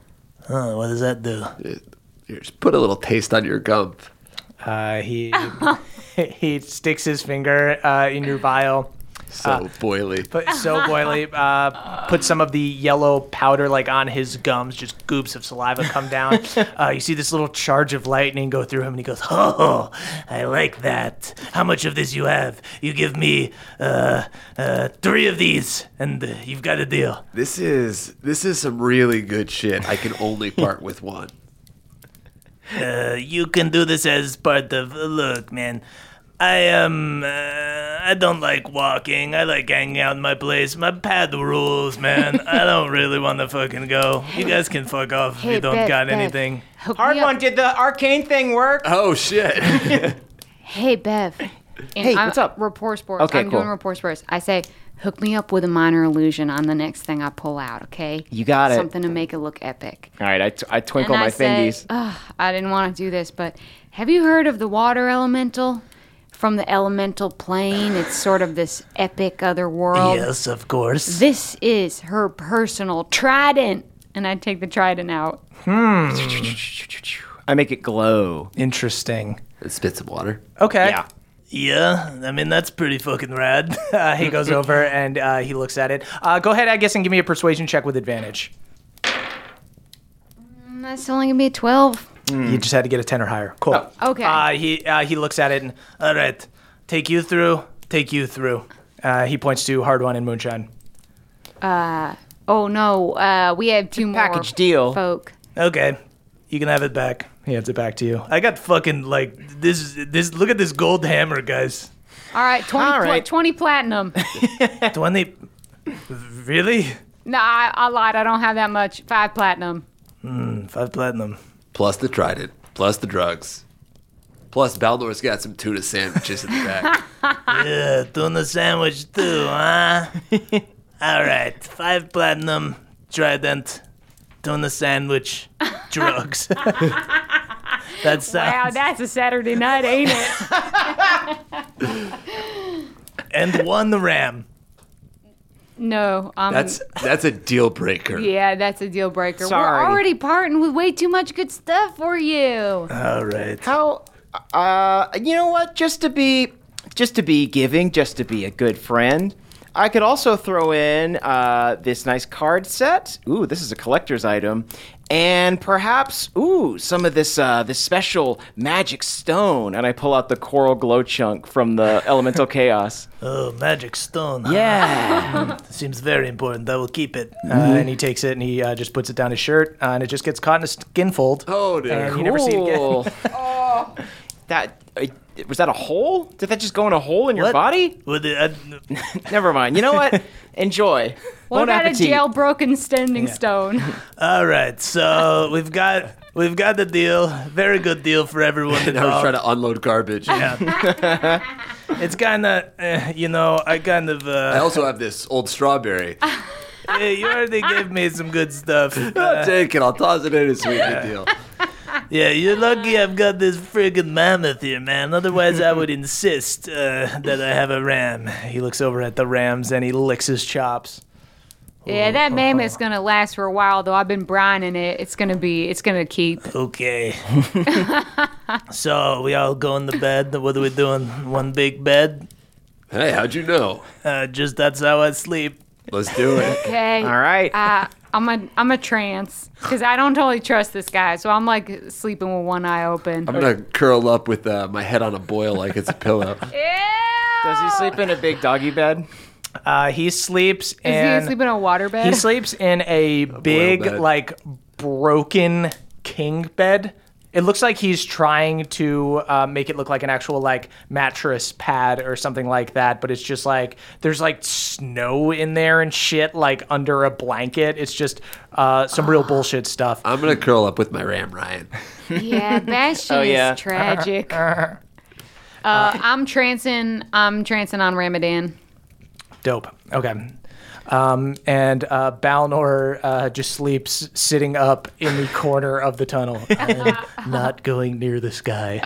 Huh, what does that do? You Just put a little taste on your gum. Uh, he he sticks his finger uh, in your vial. So boily. But so boily, uh, put some of the yellow powder like on his gums. Just goops of saliva come down. uh, you see this little charge of lightning go through him, and he goes, Oh, I like that. How much of this you have? You give me uh, uh, three of these, and uh, you've got a deal. This is this is some really good shit. I can only part with one. Uh, you can do this as part of. Look, man, I am. Uh, I don't like walking. I like hanging out in my place. My pad rules, man. I don't really want to fucking go. You guys can fuck off if Hey, you don't Bev, got Bev. anything. Hard one. Did the arcane thing work? Oh shit. Hey, Bev. Hey, what's up? Rapport sports. Okay, I'm cool. doing rapport sports. I say, hook me up with a minor illusion on the next thing I pull out, okay? You got it. Something to make it look epic. All right, I, t- I twinkle and my I say, fingies. Ugh, I didn't want to do this, but have you heard of the water elemental? From the elemental plane, it's sort of this epic other world. Yes, of course. This is her personal trident. And I take the trident out. I make it glow. "Interesting." And spit some water. Okay. Yeah. Yeah, I mean that's pretty fucking rad. Uh, he goes over and uh, he looks at it. Uh, go ahead, I guess, and give me a persuasion check with advantage. And That's only gonna be a twelve. Hmm. You just had to get a ten or higher. Cool. Oh. Okay. Uh, he uh, he looks at it and All right, take you through. Take you through. uh, he points to Hard One and Moonshine. oh no, uh, we have two more package deal. folk. Okay, you can have it back. He hands it back to you. I got fucking like this. This look at this gold hammer, guys. All right, 20, All pla- right. 20 platinum. Twenty. Really? no, I, I lied. I don't have that much. Five platinum. Five platinum. Plus the trident. Plus the drugs. Plus Baldor's got some tuna sandwiches in the back. Yeah, tuna sandwich too, huh? All right, five platinum, trident, tuna sandwich, drugs. uh, that sounds. Wow, that's a Saturday night, ain't it? and one ram. no, um, That's that's a deal breaker. yeah, that's a deal breaker. Sorry. We're already parting with way too much good stuff for you. All right. How? Uh, you know what? Just to be, just to be giving, just to be a good friend. I could also throw in uh, this nice card set. Ooh, this is a collector's item, and perhaps ooh some of this uh, this special magic stone. And I pull out the coral glow chunk from the elemental chaos. Oh, magic stone. huh? Yeah, Seems very important. I will keep it. Uh, and he takes it and he uh, just puts it down his shirt uh, and it just gets caught in a skin fold. Oh dear. and you never see it again. cool. Oh. that uh, was that a hole? Did that just go in a hole in your What? body? Would it, I, Never mind. You know what? Enjoy. What Bon about appetit. a jailbroken standing stone? All right, so we've got we've got the deal. Very good deal for everyone Now we're trying involved. to unload garbage. It's kind of, uh, you know, I kind of. I Uh, also have this old strawberry. hey, you already gave me some good stuff. I'll Uh, take it. I'll toss it in. It's sweet good deal. yeah, you're lucky I've got this friggin' mammoth here, man. Otherwise, I would insist uh, that I have a ram. He looks over at the Rams and he licks his chops. yeah, that mammoth's gonna last for a while though. I've been brining it. It's gonna be. It's gonna keep. Okay. so we all going to bed. What are we doing? One big bed. Hey, how'd you know? Uh, just that's how I sleep. Let's do it. Okay. All right. I I'm a I'm a trance because I don't totally trust this guy, so I'm like sleeping with one eye open. I'm gonna curl up with uh, my head on a boil like it's a pillow. Does Oh. he sleep in a big doggy bed? Uh, he sleeps Is he in sleeping in a water bed? he sleeps in a big bed. like broken king bed. It looks like he's trying to uh, make it look like an actual like mattress pad or something like that, but it's just like there's like snow in there and shit like under a blanket. It's just uh, some real bullshit stuff. I'm gonna curl up with my Ram Ryan. Yeah, that shit yeah. is tragic. uh, I'm trancing. I'm trancing on Ramadan. Dope. Okay. Um, and uh, Balnor uh, just sleeps sitting up in the corner of the tunnel. I'm not going near this guy.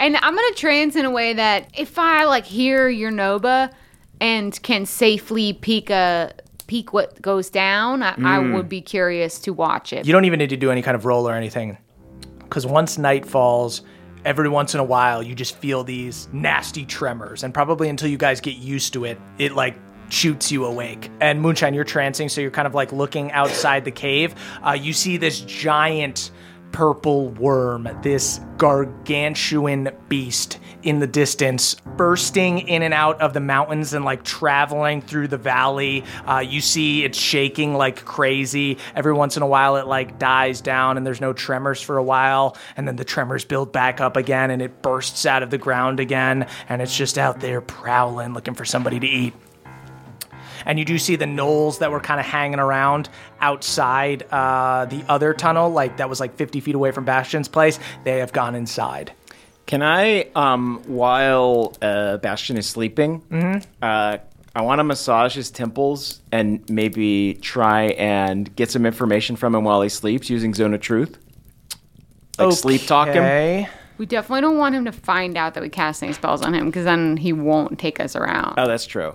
And I'm gonna trance in a way that if I like hear your Nova and can safely peek a peek what goes down, I, I Mm. would be curious to watch it. You don't even need to do any kind of roll or anything. Because once night falls, every once in a while, you just feel these nasty tremors. And probably until you guys get used to it, it like shoots you awake. And Moonshine, you're trancing, so you're kind of like looking outside the cave. Uh, you see this giant purple worm, this gargantuan beast in the distance, bursting in and out of the mountains and like traveling through the valley. Uh, you see it's shaking like crazy. Every once in a while, it like dies down and there's no tremors for a while. And then the tremors build back up again and it bursts out of the ground again. And it's just out there prowling, looking for somebody to eat and you do see the knolls that were kind of hanging around outside uh, the other tunnel, like that was like 50 feet away from Bastion's place. They have gone inside. Can I, um, while uh, Bastion is sleeping, Mm-hmm. uh, I want to massage his temples and maybe try and get some information from him while he sleeps using Zone of Truth. Like sleep talk him. Okay. We definitely don't want him to find out that we cast any spells on him because then he won't take us around. Oh, that's true.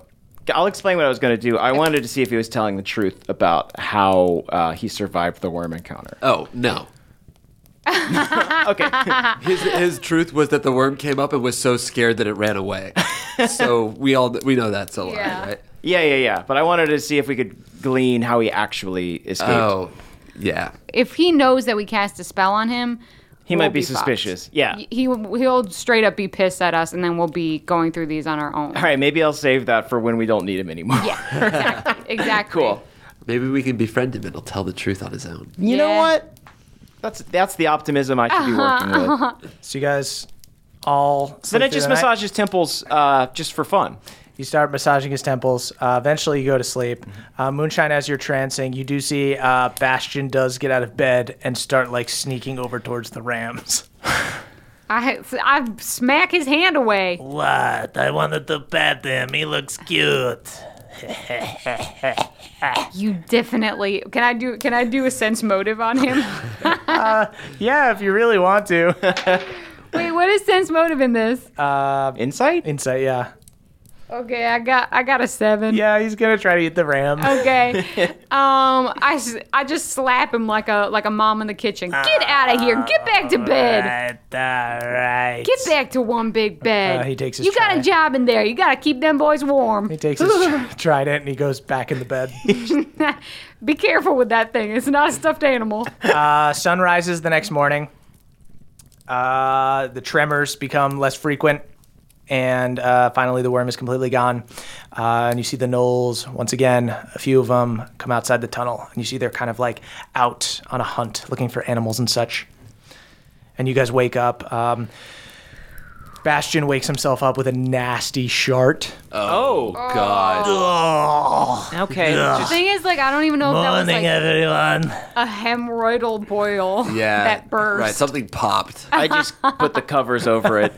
I'll explain what I was going to do. I wanted to see if he was telling the truth about how uh, he survived the worm encounter. Oh no. Okay. His, his truth was that the worm came up and was so scared that it ran away. so we all we know that's a lie, Yeah. right? yeah, yeah, yeah. But I wanted to see if we could glean how he actually escaped. Oh, yeah. If he knows that we cast a spell on him, he we'll might be, fucked. suspicious. Yeah. Y- He will- he'll straight up be pissed at us, and then we'll be going through these on our own. All right, maybe I'll save that for when we don't need him anymore. Exactly. Cool. Maybe we can befriend him and he'll tell the truth on his own. You know Yeah. what? That's that's the optimism I should be working with. So you guys all. Then sleep I through just the night? massage his temples uh, just for fun. You start massaging his temples. Uh, eventually, you go to sleep. Mm-hmm. Uh, Moonshine, as you're trancing, you do see uh, Bastion does get out of bed and start like sneaking over towards the rams. I I smack his hand away. What? I wanted to pet him. He looks cute. You definitely can I do can I do a sense motive on him? Yeah, if you really want to. Wait, what is sense motive in this? Insight? Insight, yeah. Okay, I got I got a seven. Yeah, he's gonna try to eat the ram. Okay. Um, I, s- I just slap him like a like a mom in the kitchen. Get Ah, out of here. Get back to bed. Right, all right. Get back to one big bed. Uh, he takes his You got try. a job in there. You got to keep them boys warm. He takes his tr- trident and he goes back in the bed. Be careful with that thing. It's not a stuffed animal. Uh, sun rises the next morning. Uh, the tremors become less frequent, and uh, finally the worm is completely gone. Uh, and you see the gnolls once again. A few of them come outside the tunnel, and you see they're kind of like out on a hunt, looking for animals and such. And you guys wake up. Um, Bastion wakes himself up with a nasty shart. Oh, God. Okay. the thing is, like, I don't even know if that was Morning, like everyone. a hemorrhoidal boil Yeah. that burst. Right, something popped. I just put the covers over it.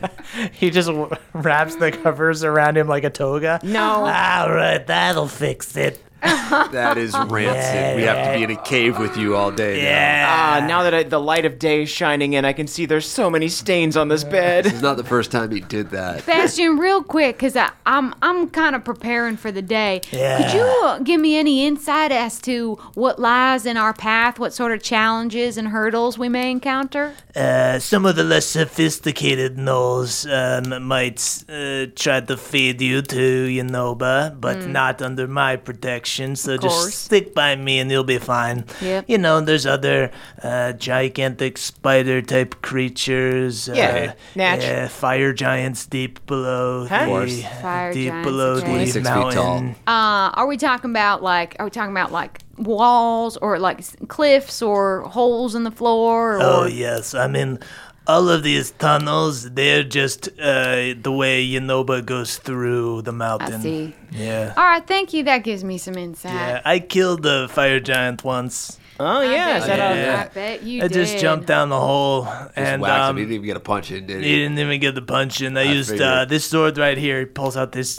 He just w- wraps the covers around him like a toga. All right, that'll fix it. That is rancid. We have to be in a cave with you all day. now. Yeah. Ah, now that I, the light of day is shining in, I can see there's so many stains on this bed. It's not the first time he did that. Bastion, real quick, because I'm I'm kind of preparing for the day. Could Yeah. you uh, give me any insight as to what lies in our path, what sort of challenges and hurdles we may encounter? Uh, some of the less sophisticated gnolls um, might uh, try to feed you to Yanoba, but not under my protection, so course. just stick by me and you'll be fine. Yep. You know, there's other uh, gigantic spider type creatures. Yeah, uh, Natch. yeah, fire giants deep below Huh? Of the course. Fire deep giants, below okay. the 26 feet tall. mountain. Uh, are we talking about like? Are we talking about like walls or like s- cliffs or holes in the floor? Or, Oh yes, I mean, all of these tunnels, they're just uh, the way Yanoba goes through the mountain. see. Yeah. All right, thank you. That gives me some insight. Yeah, I killed a fire giant once. Oh yeah, is that Yeah. a- I bet you I did. just jumped down the hole Just and whacked him. um, He didn't even get a punch in, did he he? didn't even get the punch in. I, used uh, figured. this sword right here. He pulls out this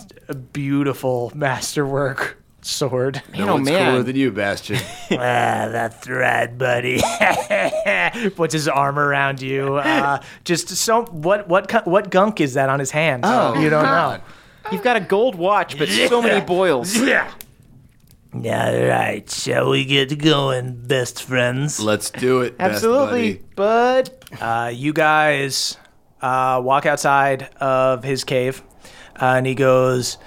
beautiful masterwork sword. No know, one's man. cooler than you, Bastion. ah, that's right, buddy. puts his arm around you. Uh, just so what what cu- what gunk is that on his hand? Oh. you don't know. You've got a gold watch, but so many boils. All right, shall we get going, best friends? Let's do it, Absolutely, Best buddy. bud. Uh, you guys uh, walk outside of his cave, uh, and he goes.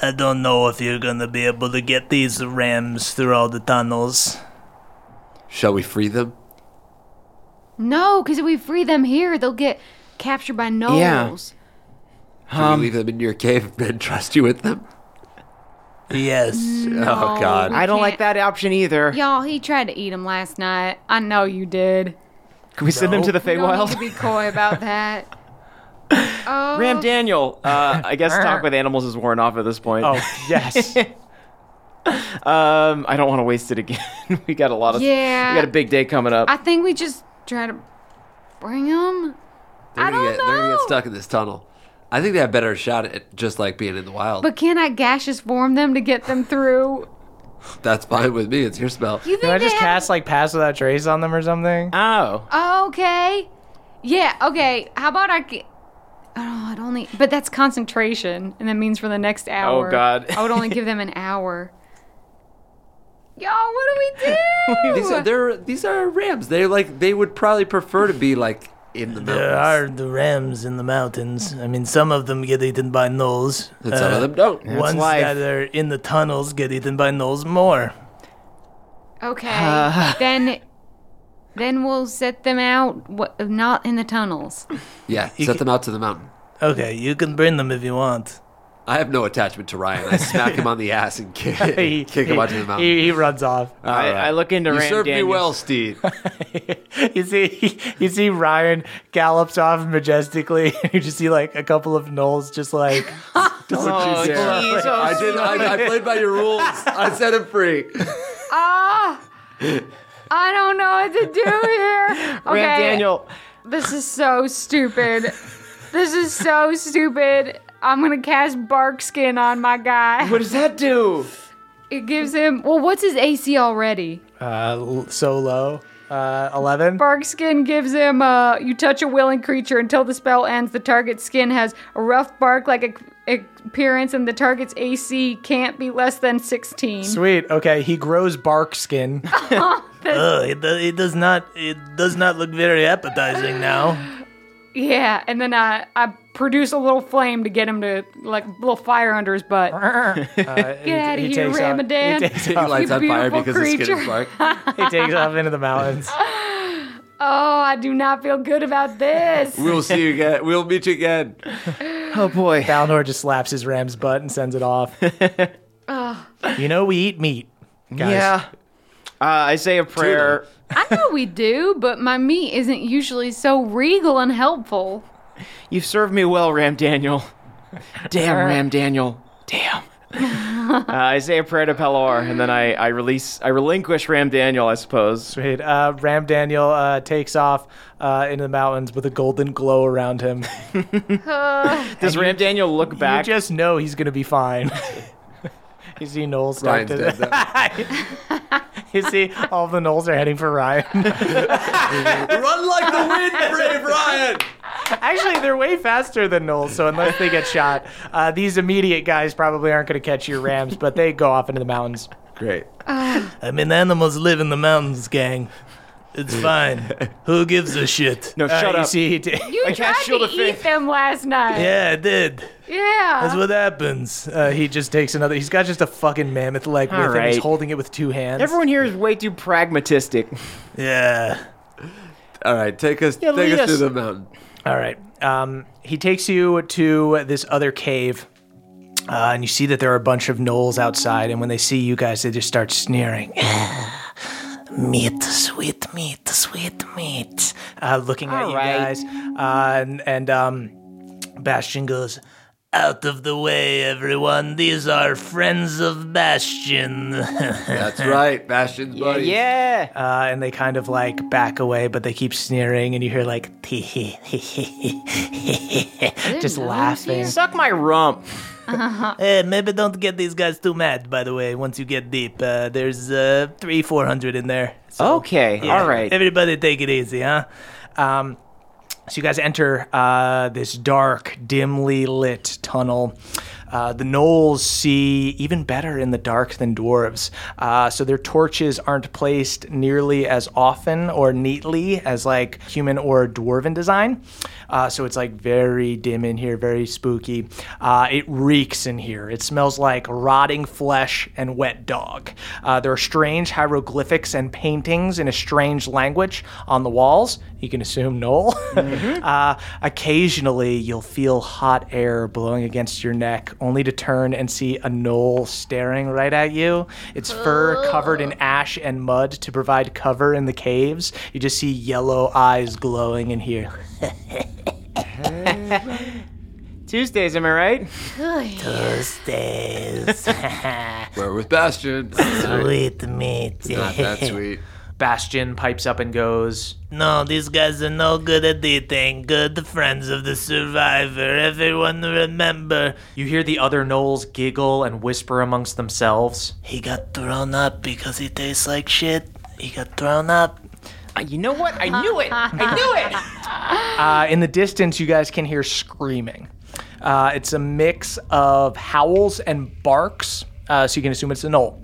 I don't know if you're gonna be able to get these rams through all the tunnels. Shall we free them? No, because if we free them here, they'll get captured by gnolls. Should Um, we leave them in your cave and trust you with them? Yes. Oh, God. I don't like can't- that option either. Y'all, he tried to eat them last night. I know you did. Can we send him to the You don't need Feywild? to be coy about that. Oh, Ram Daniel. Uh, I guess talk with animals is worn off at this point. Oh yes, Um, I don't want to waste it again. we got a lot of. Yeah. We got a big day coming up. I think we just try to bring them. They're I gonna don't get, They're gonna know. get stuck in this tunnel. I think they have better shot at just like being in the wild. But can I gaseous form them to get them through? That's fine with me. It's your spell. You think can I they just have- cast like pass without trace on them or something? oh. Okay. Yeah. Okay. How about I? ca- Oh, I'd only. But that's concentration, and that means for the next hour. God. I would only give them an hour. Y'all, what do we do? These are they're, these are rams. They like they would probably prefer to be like in the mountains. There are the rams in the mountains. I mean, some of them get eaten by gnolls. Uh, and some uh, of them don't. Ones life. that are in the tunnels get eaten by gnolls more. Okay. then, then we'll set them out. What? Not in the tunnels. Yeah, set them out to the mountain. Okay, you can burn them if you want. I have no attachment to Ryan. I smack him on the ass and kick, He, kick him he- out to the mountain. He, he runs off. All I, right. I look into you Ram served Daniel. me well, Steed. you see, you see Ryan gallops off majestically. You just see like a couple of gnolls just like Oh, jeez. Oh, I did. I, I played by your rules. I set him free. Ah. I don't know what to do here. Okay. Ram Daniel. This is so stupid. this is so stupid. I'm gonna cast bark skin on my guy. What does that do? It gives him well, what's his AC already? uh, l- so low. Uh, Eleven. Bark skin gives him uh you touch a willing creature until the spell ends. The target's skin has a rough bark like a, appearance, and the target's AC can't be less than 16. Sweet. Okay, he grows bark skin. Oh, it, do- it does not. It does not look very appetizing now. Yeah, and then I I produce a little flame to get him to like a little fire under his butt. get out of he here, takes out- he Ramadan. takes He lights You on fire beautiful because his skin is creature. bark. he takes off into the mountains. Oh, I do not feel good about this. We'll see you again. We'll meet you again. Oh boy. Balnor just slaps his ram's butt and sends it off. You know we eat meat. Guys. Yeah. Uh, I say a prayer. I know we do, but my meat isn't usually so regal and helpful. You've served me well, Ram Daniel. Damn, Ram Daniel. Damn. uh, I say a prayer to Pelor, and then I, I release, I relinquish Ram Daniel, I suppose. Sweet. Uh, Ram Daniel uh, takes off uh, into the mountains with a golden glow around him. Does Ram Daniel look back? You just know he's gonna be fine. you see Knowles start Ryan's to dead. That- You see all the Knowles are heading for Ryan. Run like the wind, brave Ryan. Actually, they're way faster than Knowles, so unless they get shot, uh, these immediate guys probably aren't gonna catch your Rams, but they go off into the mountains. Great. I mean, animals live in the mountains, gang. It's fine. Who gives a shit? No, shut uh, you up. see, he did. You tried to eat them last night. Yeah, I did. Yeah. That's what happens. Uh, he just takes another. He's got just a fucking mammoth leg with him. He's right. holding it with two hands. Everyone here is way too pragmatistic. Yeah. All right, take us Yeah, take lead us through us. the mountain. All right. Um, he takes you to this other cave, uh, and you see that there are a bunch of gnolls outside. And when they see you guys, they just start sneering. meat, sweet meat, sweet meat. Uh, looking at All you right. guys, uh, and, and um, Bastion goes. Out of the way, everyone. These are friends of Bastion. That's right, Bastion's buddy. yeah. uh, and they kind of like back away, but they keep sneering, and you hear like tee hee hee hee hee hee hee, just no one laughing. here? Suck my rump. Eh, maybe don't get these guys too mad, by the way, once you get deep. Uh, there's uh, three, four hundred in there. So, Okay. yeah, All right. Everybody take it easy, huh? Um, so you guys enter uh, this dark, dimly lit tunnel. Uh, the gnolls see even better in the dark than dwarves. Uh, so their torches aren't placed nearly as often or neatly as like human or dwarven design. Uh, so it's like very dim in here, very spooky. Uh, it reeks in here. It smells like rotting flesh and wet dog. Uh, there are strange hieroglyphics and paintings in a strange language on the walls. You can assume Noel. uh, occasionally, you'll feel hot air blowing against your neck, only to turn and see a Noel staring right at you. Its fur covered in ash and mud to provide cover in the caves. You just see yellow eyes glowing in here. Tuesdays, am I right? Thursdays. We're with Bastion. Not Sweet meat. that sweet. Bastion pipes up and goes, No, these guys are no good at eating. Good friends of the survivor. Everyone remember, You hear the other gnolls giggle and whisper amongst themselves. he got thrown up because he tastes like shit. He got thrown up. Uh, You know what? I knew it. I knew it. Uh, in the distance, you guys can hear screaming. Uh, it's a mix of howls and barks, uh, so you can assume it's a gnoll.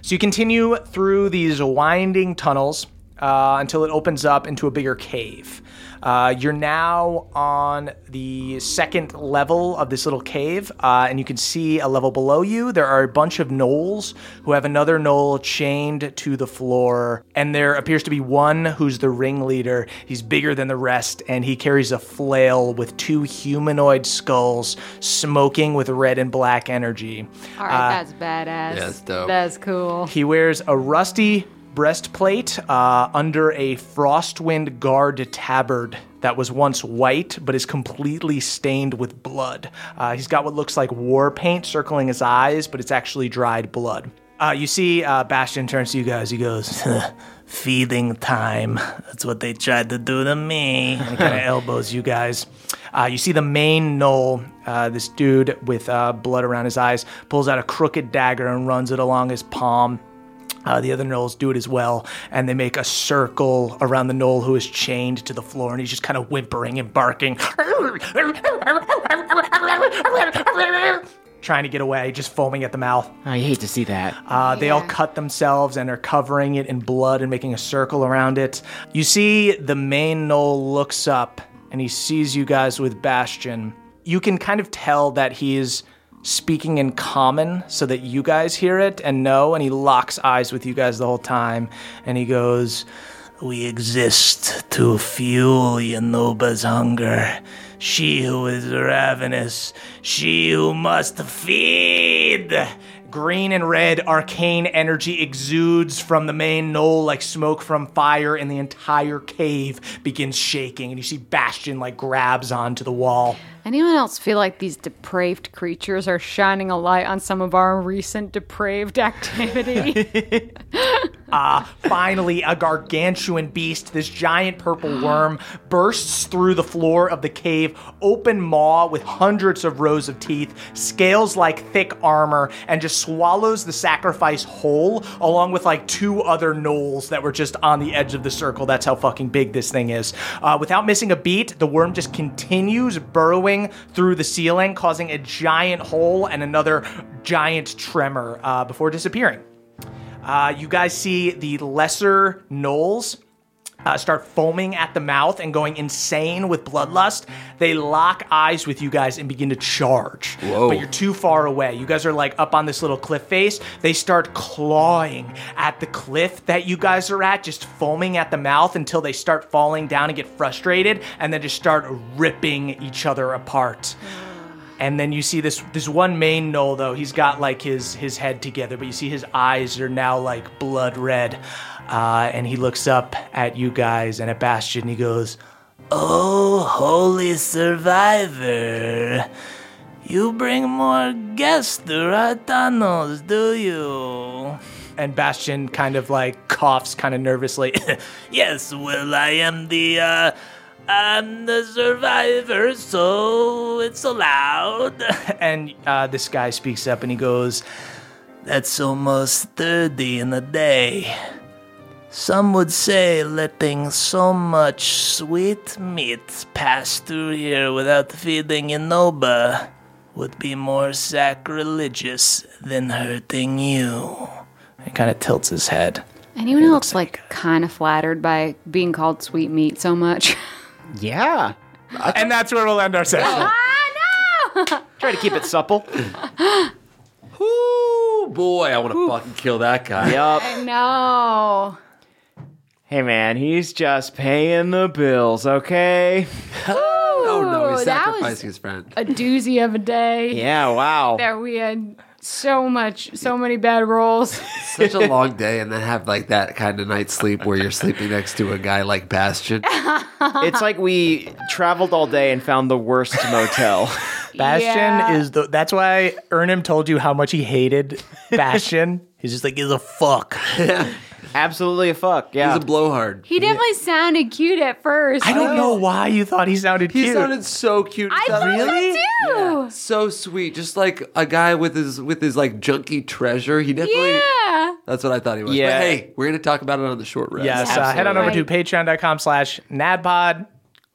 So you continue through these winding tunnels uh, until it opens up into a bigger cave. Uh, you're now on the second level of this little cave, uh, and you can see a level below you. There are a bunch of gnolls who have another gnoll chained to the floor, and there appears to be one who's the ringleader. He's bigger than the rest, and he carries a flail with two humanoid skulls smoking with red and black energy. All right, that's badass. that's dope. That's cool. He wears a rusty breastplate uh, under a frostwind guard tabard that was once white but is completely stained with blood. Uh, he's got what looks like war paint circling his eyes, but it's actually dried blood. Uh, you see, uh, Bastion turns to you guys. He goes, "Feeding time. That's what they tried to do to me." And kind of elbows you guys. Uh, you see the main knoll, uh, this dude with uh, blood around his eyes, pulls out a crooked dagger and runs it along his palm. Uh, the other gnolls do it as well, and they make a circle around the knoll who is chained to the floor, and he's just kind of whimpering and barking, trying to get away, just foaming at the mouth. I hate to see that. Uh, They all cut themselves and are covering it in blood and making a circle around it. You see, the main knoll looks up and he sees you guys with Bastion. You can kind of tell that he is speaking in common so that you guys hear it and know, and he locks eyes with you guys the whole time. And he goes, We exist to fuel Yanuba's hunger. She who is ravenous, she who must feed. Green and red arcane energy exudes from the main knoll like smoke from fire, and the entire cave begins shaking. And you see Bastion like grabs onto the wall. Anyone else feel like these depraved creatures are shining a light on some of our recent depraved activity? Finally, a gargantuan beast, this giant purple worm, bursts through the floor of the cave, open maw with hundreds of rows of teeth, scales like thick armor, and just swallows the sacrifice whole, along with like two other gnolls that were just on the edge of the circle. That's how fucking big this thing is. Uh, without missing a beat, the worm just continues burrowing through the ceiling, causing a giant hole and another giant tremor uh, before disappearing. Uh, you guys see the lesser gnolls uh, start foaming at the mouth and going insane with bloodlust. They lock eyes with you guys and begin to charge. Whoa. But you're too far away. You guys are like up on this little cliff face. They start clawing at the cliff that you guys are at, just foaming at the mouth until they start falling down and get frustrated and then just start ripping each other apart. And then you see this this one main knoll though. He's got like his his head together, but you see his eyes are now like blood red. Uh, and he looks up at you guys and at Bastion. He goes, Oh, holy survivor. You bring more guests to our tunnels, do you? and Bastion kind of like coughs kind of nervously. Yes, well, I am the, uh, I'm the survivor, so it's allowed. and uh, this guy speaks up and he goes, That's almost 30 in a day. Some would say letting so much sweet meat pass through here without feeding Inoba would be more sacrilegious than hurting you. He kind of tilts his head. Anyone else like kind of flattered by being called sweet meat so much? Yeah. And that's where we'll end our session. Ah, Try to keep it supple. Ooh, Oh, boy, I want to fucking kill that guy. yup. no. Hey man, he's just paying the bills, okay? Oh no, he's Ooh, that was- sacrificing his friend. A doozy of a day. Yeah, wow. That we had so much, so many bad rolls. Such a long day, and then have like that kind of night's sleep where you're sleeping next to a guy like Bastion. It's like we traveled all day and found the worst motel. Bastion Yeah. is the. That's why Ernim told you how much he hated Bastion. He's just like, he's a fuck. Absolutely a fuck, yeah. He's a blowhard. He definitely sounded cute at first. I don't know why you thought he sounded He cute. sounded so cute. I He thought sounded really? too. so sweet, just like a guy with his with his like junky treasure. He definitely. Yeah. That's what I thought he was. Yeah. But hey, we're gonna talk about it on the short rest. Yes, uh, head on over to patreon.com slash nadpod.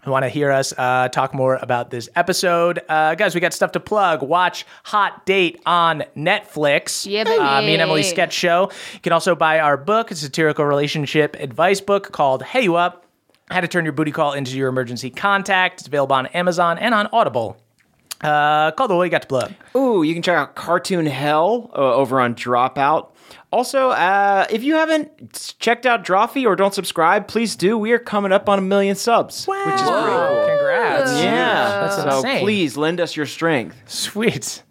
Who want to hear us uh, talk more about this episode. Uh, guys, we got stuff to plug. Watch Hot Date on Netflix. Yeah, baby. uh, Me and Emily Sketch Show. You can also buy our book, a satirical relationship advice book called Hey You Up, How to Turn Your Booty Call into Your Emergency Contact. It's available on Amazon and on Audible. Uh, Caldwell, what you got to plug? Ooh, you can check out Cartoon Hell uh, over on Dropout. Also, uh, if you haven't s- checked out Drawfee or don't subscribe, please do. We are coming up on a million subs. Which is pretty cool. Congrats. Yeah. That's so insane. please lend us your strength. Sweet.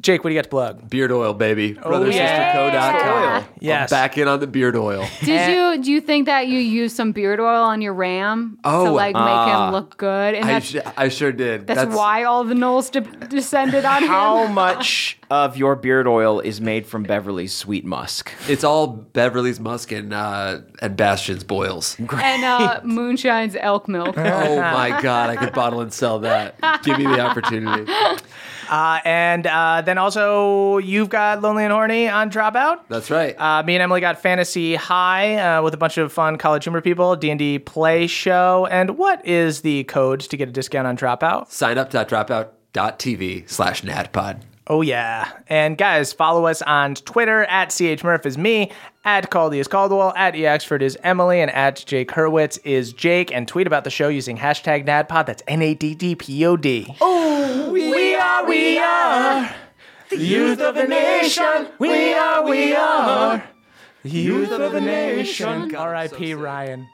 Jake, what do you got to plug? Beard oil, baby. Brother Oil. Oh, Yes. Back in on the beard oil. Did you do you think that you used some beard oil on your ram to Oh, like make him look good? And I, that's sh- I sure did. that's, why all the gnolls de- descended on How him. much of your beard oil is made from Beverly's sweet musk? It's all Beverly's Musk and, uh, and Bastion's boils. And uh, moonshine's elk milk. Oh my God, I could bottle and sell that. Give me the opportunity. Uh, and uh, then also, you've got Lonely and Horny on Dropout. That's right. Uh, me and Emily got Fantasy High uh, with a bunch of fun college humor people, D&D play show. And what is the code to get a discount on Dropout? Sign up dot dropout.tv slash nadpod. Oh, yeah. And guys, follow us on Twitter at CHMurph is me, at Caldy is Caldwell, at EXford is Emily, and at Jake Hurwitz is Jake. And tweet about the show using hashtag NADPOD. That's N-A-D-D-P-O-D. Oh, we are, we are. Youth of the nation, we are, we are. Youth of the nation. R.I.P. Ryan.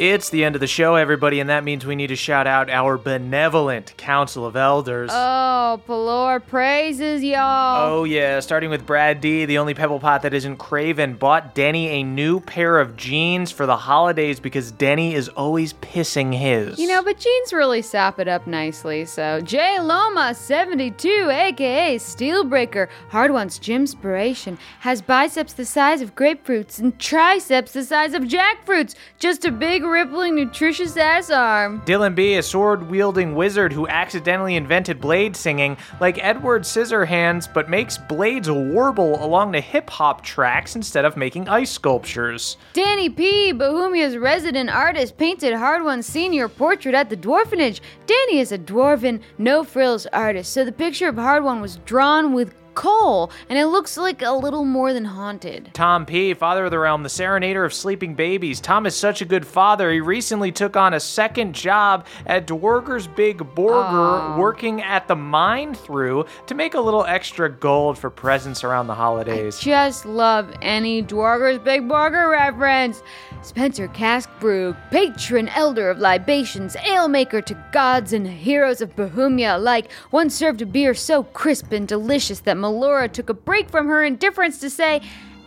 It's the end of the show, everybody, and that means we need to shout out our benevolent Council of Elders. Oh, Pelor praises y'all. Oh, yeah. Starting with Brad D., the only pebble pot that isn't Craven, bought Denny a new pair of jeans for the holidays because Denny is always pissing his. You know, but jeans really sop it up nicely. So Jay Loma, 72, aka Steelbreaker, Hard One's Jimspiration, has biceps the size of grapefruits and triceps the size of jackfruits. Just a big rippling, nutritious ass arm. Dylan B, a sword wielding wizard who accidentally invented blade singing, like Edward Scissorhands, but makes blades warble along the hip hop tracks instead of making ice sculptures. Danny P, Bohemia's resident artist, painted Hard One's senior portrait at the dwarfenage. Danny is a dwarven, no frills artist, so the picture of Hard One was drawn with coal, and it looks like a little more than haunted. Tom P., Father of the Realm, the Serenader of Sleeping Babies. Tom is such a good father. He recently took on a second job at Dwerger's Big Burger, working at the mine through to make a little extra gold for presents around the holidays. Just love any Dwarger's Big Burger reference. Spencer Caskbrew, patron elder of libations, ale maker to gods and heroes of Bohemia alike, once served a beer so crisp and delicious that Melora took a break from her indifference to say,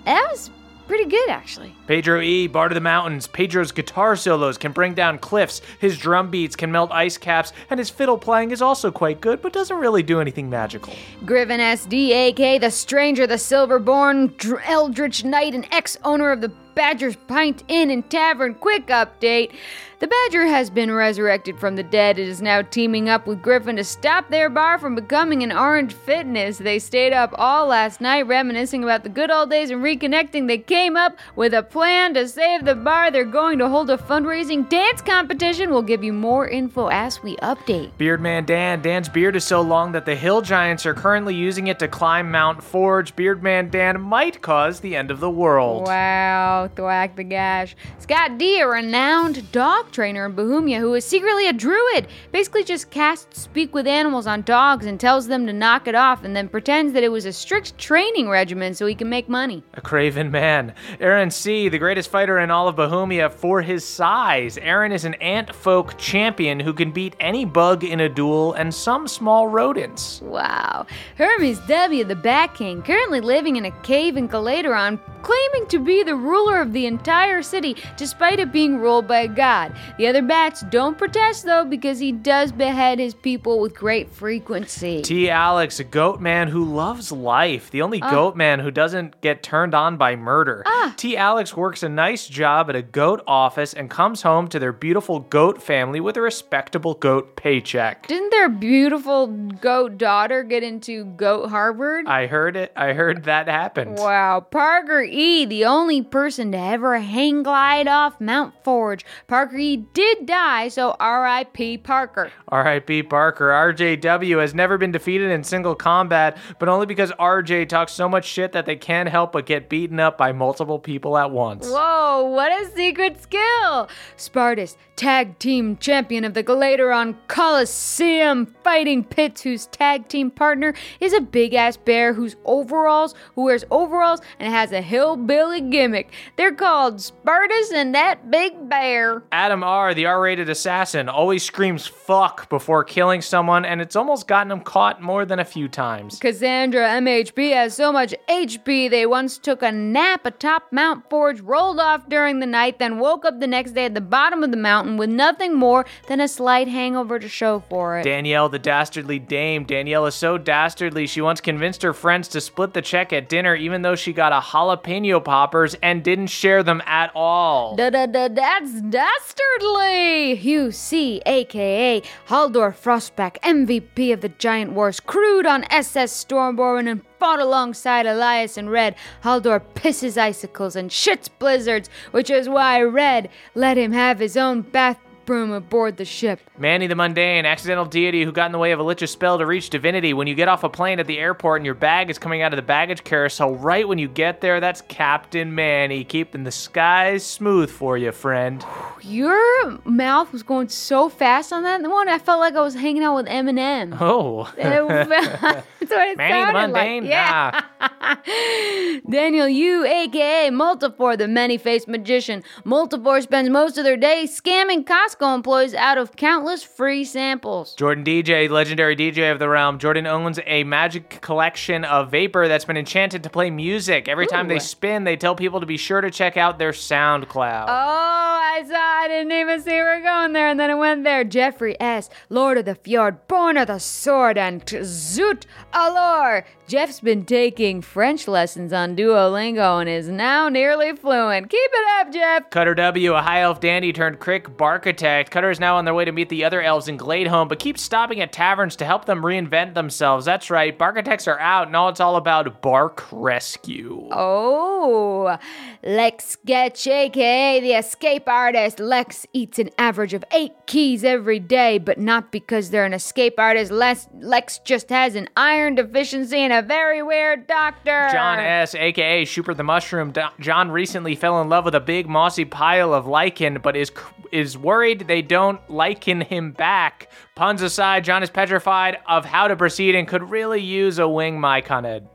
That was pretty good, actually. Pedro E., Bard of the Mountains. Pedro's guitar solos can bring down cliffs, his drum beats can melt ice caps, and his fiddle playing is also quite good, but doesn't really do anything magical. Griffin SDAK, the stranger, the silverborn, dr- eldritch knight, and ex owner of the Badger's Pint Inn and Tavern. Quick update. The Badger has been resurrected from the dead and is now teaming up with Griffin to stop their bar from becoming an orange fitness. They stayed up all last night reminiscing about the good old days and reconnecting. They came up with a plan to save the bar. They're going to hold a fundraising dance competition. We'll give you more info as we update. Beardman Dan. Dan's beard is so long that the hill giants are currently using it to climb Mount Forge. Beardman Dan might cause the end of the world. Wow, thwack the gash. Scott D, a renowned dog trainer in Bohemia who is secretly a druid, basically just casts speak with animals on dogs and tells them to knock it off and then pretends that it was a strict training regimen so he can make money. A craven man. Aaron C., the greatest fighter in all of Bohemia for his size. Aaron is an ant folk champion who can beat any bug in a duel and some small rodents. Wow. Hermes W, the Bat King, currently living in a cave in Galateron, claiming to be the ruler of the entire city despite it being ruled by a god. The other bats don't protest though because he does behead his people with great frequency. T. Alex, a goat man who loves life, the only Ah. goat man who doesn't get turned on by murder. T. Alex works a nice job at a goat office and comes home to their beautiful goat family with a respectable goat paycheck. Didn't their beautiful goat daughter get into Goat Harvard? I heard it. I heard that happened. Wow, Parker E, the only person to ever hang glide off Mount Forge. Parker E did die, so R.I.P. Parker. R.I.P. Parker. RJW has never been defeated in single combat, but only because RJ talks so much shit that they can't help but get beaten up by multiple people at once. Whoa, what a secret skill! Spartus, tag team champion of the Galateron Coliseum fighting pits, whose tag team partner is a big ass bear whose overalls, who wears overalls and has a hillbilly gimmick. They're called Spartus and that big bear. Adam R., the R rated assassin, always screams fuck before killing someone, and it's almost gotten him caught more than a few times. Cassandra MHB has so much HP they once took a nap atop Mount Forge, rolled off during the night, then woke up the next day at the bottom of the mountain with nothing more than a slight hangover to show for it. Danielle, the dastardly dame. Danielle is so dastardly, she once convinced her friends to split the check at dinner, even though she got a jalapeno poppers and didn't share them at all. Da da da, that's dastardly! Hugh C, aka Haldor Frostback, MVP of the Giant Wars, crewed on SS Stormborn and fought alongside Elias and Red. Haldor pisses icicles and shits blizzards, which is why Red let him have his own bathroom aboard the ship. Manny the mundane, accidental deity who got in the way of a lich's spell to reach divinity. When you get off a plane at the airport and your bag is coming out of the baggage carousel right when you get there, that's Captain Manny, keeping the skies smooth for you, friend. Your mouth was going so fast on that one. I felt like I was hanging out with Eminem. Oh. It felt- That's what it Manny the sounded like. mundane? Ah, Yeah. Nah. Daniel Yu, aka Multifor, the many faced magician. Multifor spends most of their day scamming Costco employees out of countless free samples. Jordan DJ, legendary DJ of the realm. Jordan owns a magic collection of vapor that's been enchanted to play music. Every time they spin, they tell people to be sure to check out their SoundCloud. Oh, I saw. I didn't even see we were going there, and then it went there. Jeffrey S., Lord of the Fjord, Born of the Sword, and Zoot Alor. Jeff's been taking French lessons on Duolingo and is now nearly fluent. Keep it up, Jeff. Cutter W, a high elf dandy turned crick barkitect. Cutter is now on their way to meet the other elves in Gladeholm, but keeps stopping at taverns to help them reinvent themselves. That's right, barkitects are out, and all it's all about bark rescue. Oh, Lex Sketch, aka the escape artist. Lex eats an average of eight keys every day, but not because they're an escape artist. Lex, Lex just has an iron deficiency and a very weird doctor. John S., aka Shooper the Mushroom. Do- John recently fell in love with a big mossy pile of lichen, but is is worried they don't lichen him back. Puns aside, John is petrified of how to proceed and could really use a wing, my Coned.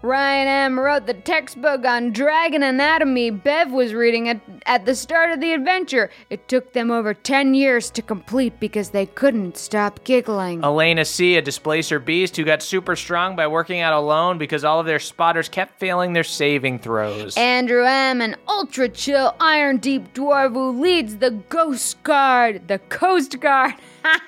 Ryan M. wrote the textbook on dragon anatomy Bev was reading at, at the start of the adventure. It took them over 10 years to complete because they couldn't stop giggling. Elena C., a displacer beast who got super strong by working out alone because all of their spotters kept failing their saving throws. Andrew M., an ultra chill iron deep dwarf who leads the Ghost Guard, the Coast Guard.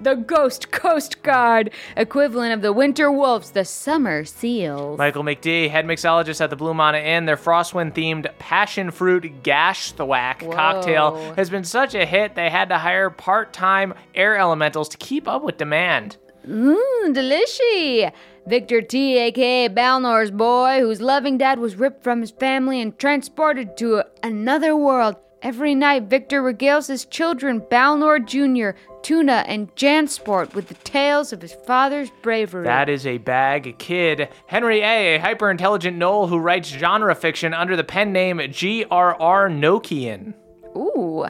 the Ghost Coast Guard, equivalent of the Winter Wolves, the Summer Seals. Michael McD, head mixologist at the Blue Mana Inn, their Frostwind themed passion fruit gash thwack Whoa. cocktail has been such a hit they had to hire part time air elementals to keep up with demand. Mmm, delishy. Victor T, aka Balnor's boy, whose loving dad was ripped from his family and transported to a- another world, Every night, Victor regales his children, Balnor Jr., Tuna, and Jansport, with the tales of his father's bravery. That is a bag kid. Henry A., a hyper intelligent Knoll who writes genre fiction under the pen name G.R.R. Nokian. Ooh.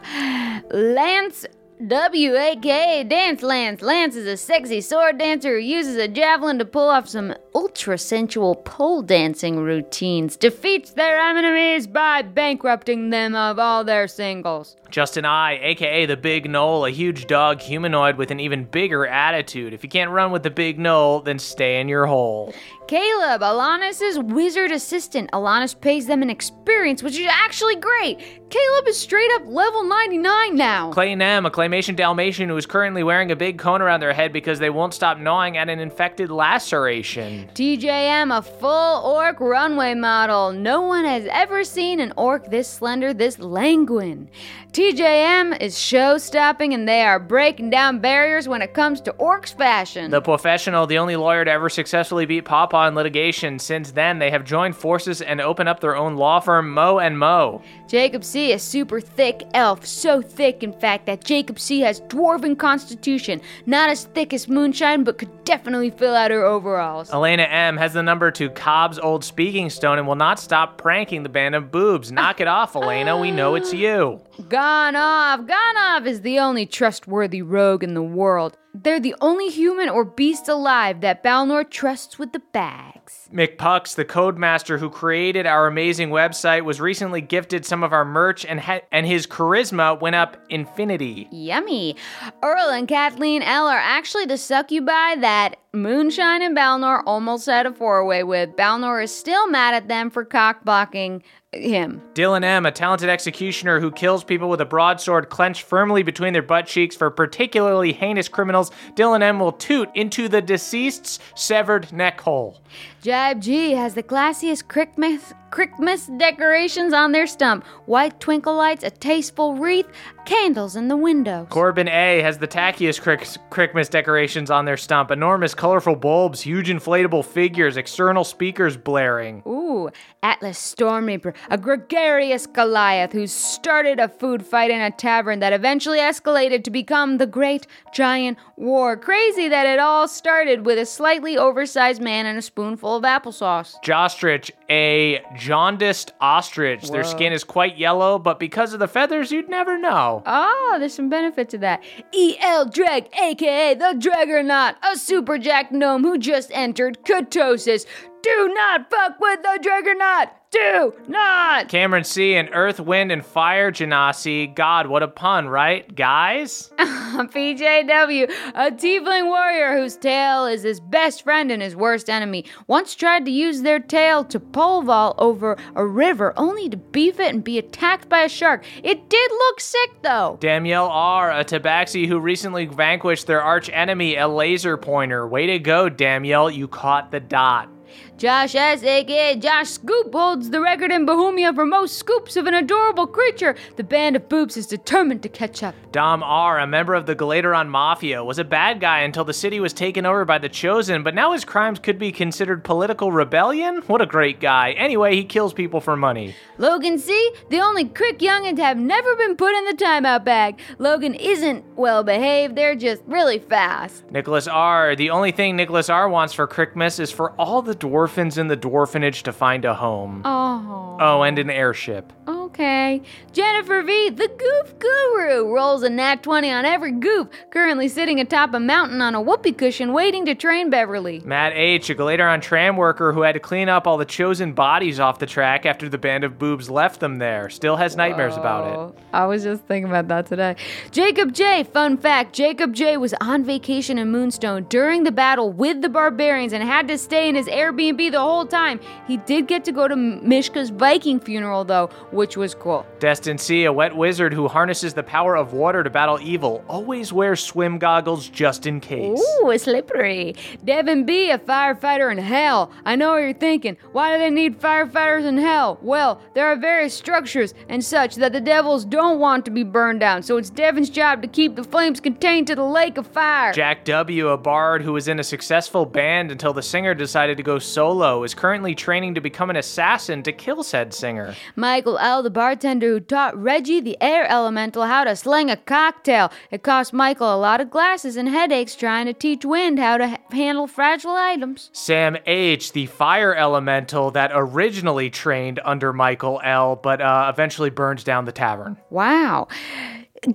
Lance W.A.K.A. Dance Lance. Lance is a sexy sword dancer who uses a javelin to pull off some ultra sensual pole dancing routines, defeats their enemies by bankrupting them of all their singles. Justin I, aka the Big Knoll, a huge dog humanoid with an even bigger attitude. If you can't run with the Big Knoll, then stay in your hole. Caleb, Alanis' wizard assistant. Alanis pays them an experience, which is actually great. Caleb is straight up level 99 now. Clayton M, a claymation Dalmatian who is currently wearing a big cone around their head because they won't stop gnawing at an infected laceration. TJM, a full orc runway model. No one has ever seen an orc this slender, this languid. TJM is show stopping and they are breaking down barriers when it comes to orcs fashion. The professional, the only lawyer to ever successfully beat Papa in litigation. Since then, they have joined forces and opened up their own law firm, Mo and Mo. Jacob C, a super thick elf, so thick in fact that Jacob C has dwarven constitution, not as thick as moonshine, but could definitely fill out her overalls. Elena M has the number to Cobb's old speaking stone and will not stop pranking the band of boobs. Knock it off, Elena. We know it's you. God. Ganov! Ganov is the only trustworthy rogue in the world. They're the only human or beast alive that Balnor trusts with the bags. McPucks, the codemaster who created our amazing website, was recently gifted some of our merch, and ha- and his charisma went up infinity. Yummy. Earl and Kathleen L are actually the succubi that Moonshine and Balnor almost had a four-way with. Balnor is still mad at them for cock blocking him. Dylan M., a talented executioner who kills people with a broadsword clenched firmly between their butt cheeks for particularly heinous criminals. Dylan M. will toot into the deceased's severed neck hole. Jab G has the classiest Christmas, Christmas decorations on their stump white twinkle lights, a tasteful wreath, candles in the windows. Corbin A has the tackiest Christmas decorations on their stump enormous colorful bulbs, huge inflatable figures, external speakers blaring. Ooh, Atlas Storm Reaper, a gregarious Goliath who started a food fight in a tavern that eventually escalated to become the Great Giant War. Crazy that it all started with a slightly oversized man and a spoonful of applesauce. Jostrich, a jaundiced ostrich. Whoa. Their skin is quite yellow, but because of the feathers, you'd never know. Oh, there's some benefit to that. E E.L. Dreg, aka the Dregonaut, a super jack gnome who just entered ketosis. Do not fuck with the Dregonaut! do not. Cameron C and Earth, Wind, and Fire Genasi. God, what a pun, right, guys? PJW, a tiefling warrior whose tail is his best friend and his worst enemy, once tried to use their tail to pole vault over a river only to beef it and be attacked by a shark. It did look sick though. Danielle R, a tabaxi who recently vanquished their arch enemy, a laser pointer. Way to go, Danielle, you caught the dot. Josh S, aka Josh Scoop, holds the record in Bohemia for most scoops of an adorable creature. The band of boobs is determined to catch up. Dom R, a member of the Galateron Mafia, was a bad guy until the city was taken over by the Chosen, but now his crimes could be considered political rebellion? What a great guy. Anyway, he kills people for money. Logan C, the only quick youngin' to have never been put in the timeout bag. Logan isn't well behaved, they're just really fast. Nicholas R, the only thing Nicholas R wants for Crickmas is for all the dwarfins in the dwarfinage to find a home. Oh. Oh, and an airship. Okay. Jennifer V, the goof guru, rolls a nat 20 on every goof, currently sitting atop a mountain on a whoopee cushion waiting to train Beverly. Matt H, a Galateron tram worker who had to clean up all the chosen bodies off the track after the band of boobs left them there, still has nightmares about it. Oh, I was just thinking about that today. Jacob J, fun fact Jacob J was on vacation in Moonstone during the battle with the barbarians and had to stay in his Airbnb the whole time. He did get to go to Mishka's Viking funeral, though, which was cool. Destin C, a wet wizard who harnesses the power of water to battle evil, always wears swim goggles just in case. Ooh, it's slippery. Devin B, a firefighter in hell. I know what you're thinking. Why do they need firefighters in hell? Well, there are various structures and such that the devils don't want to be burned down, so it's Devin's job to keep the flames contained to the lake of fire. Jack W., a bard who was in a successful band until the singer decided to go solo, is currently training to become an assassin to kill said singer. Michael L., the bartender who taught Reggie, the air elemental, how to sling a cocktail. It cost Michael a lot of glasses and headaches trying to teach Wind how to h- handle fragile items. Sam H., the fire elemental that originally trained under Michael L., but uh, eventually burned down the tavern. Wow.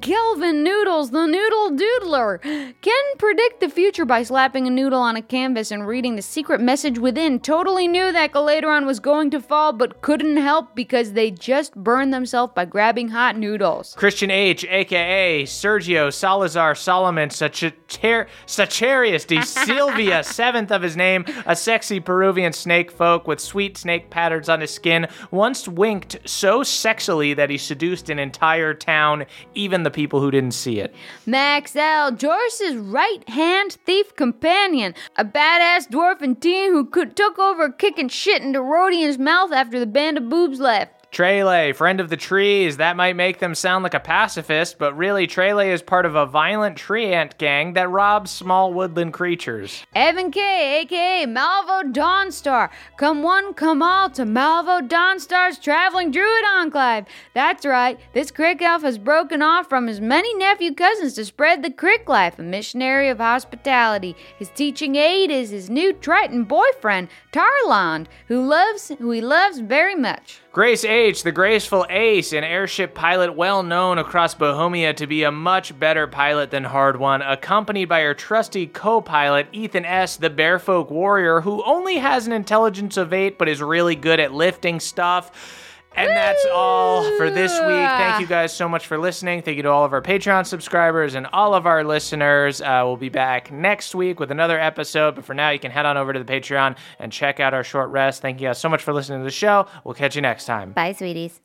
Kelvin Noodles, the noodle doodler, can predict the future by slapping a noodle on a canvas and reading the secret message within. Totally knew that Galateron was going to fall, but couldn't help because they just burned themselves by grabbing hot noodles. Christian H., aka Sergio Salazar Solomon Sacharius de Silvia, seventh of his name, a sexy Peruvian snake folk with sweet snake patterns on his skin, once winked so sexily that he seduced an entire town, even the people who didn't see it. Max L., Joris's right hand thief companion, a badass dwarven teen who could, took over kicking shit into Rodian's mouth after the band of boobs left. Trele, friend of the trees, that might make them sound like a pacifist, but really, Trele is part of a violent tree ant gang that robs small woodland creatures. Evan K, aka Malvo Dawnstar. Come one, come all to Malvo Dawnstar's traveling druid enclave. That's right, this crick elf has broken off from his many nephew cousins to spread the crick life, a missionary of hospitality. His teaching aid is his new Triton boyfriend, Tarland, who loves who he loves very much. Grace H, the graceful ace, an airship pilot well known across Bohemia to be a much better pilot than Hard One, accompanied by her trusty co pilot, Ethan S, the barefolk warrior, who only has an intelligence of eight but is really good at lifting stuff. And that's all for this week. Thank you guys so much for listening. Thank you to all of our Patreon subscribers and all of our listeners. Uh, we'll be back next week with another episode. But for now, you can head on over to the Patreon and check out our short rest. Thank you guys so much for listening to the show. We'll catch you next time. Bye, sweeties.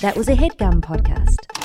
That was a headgum podcast.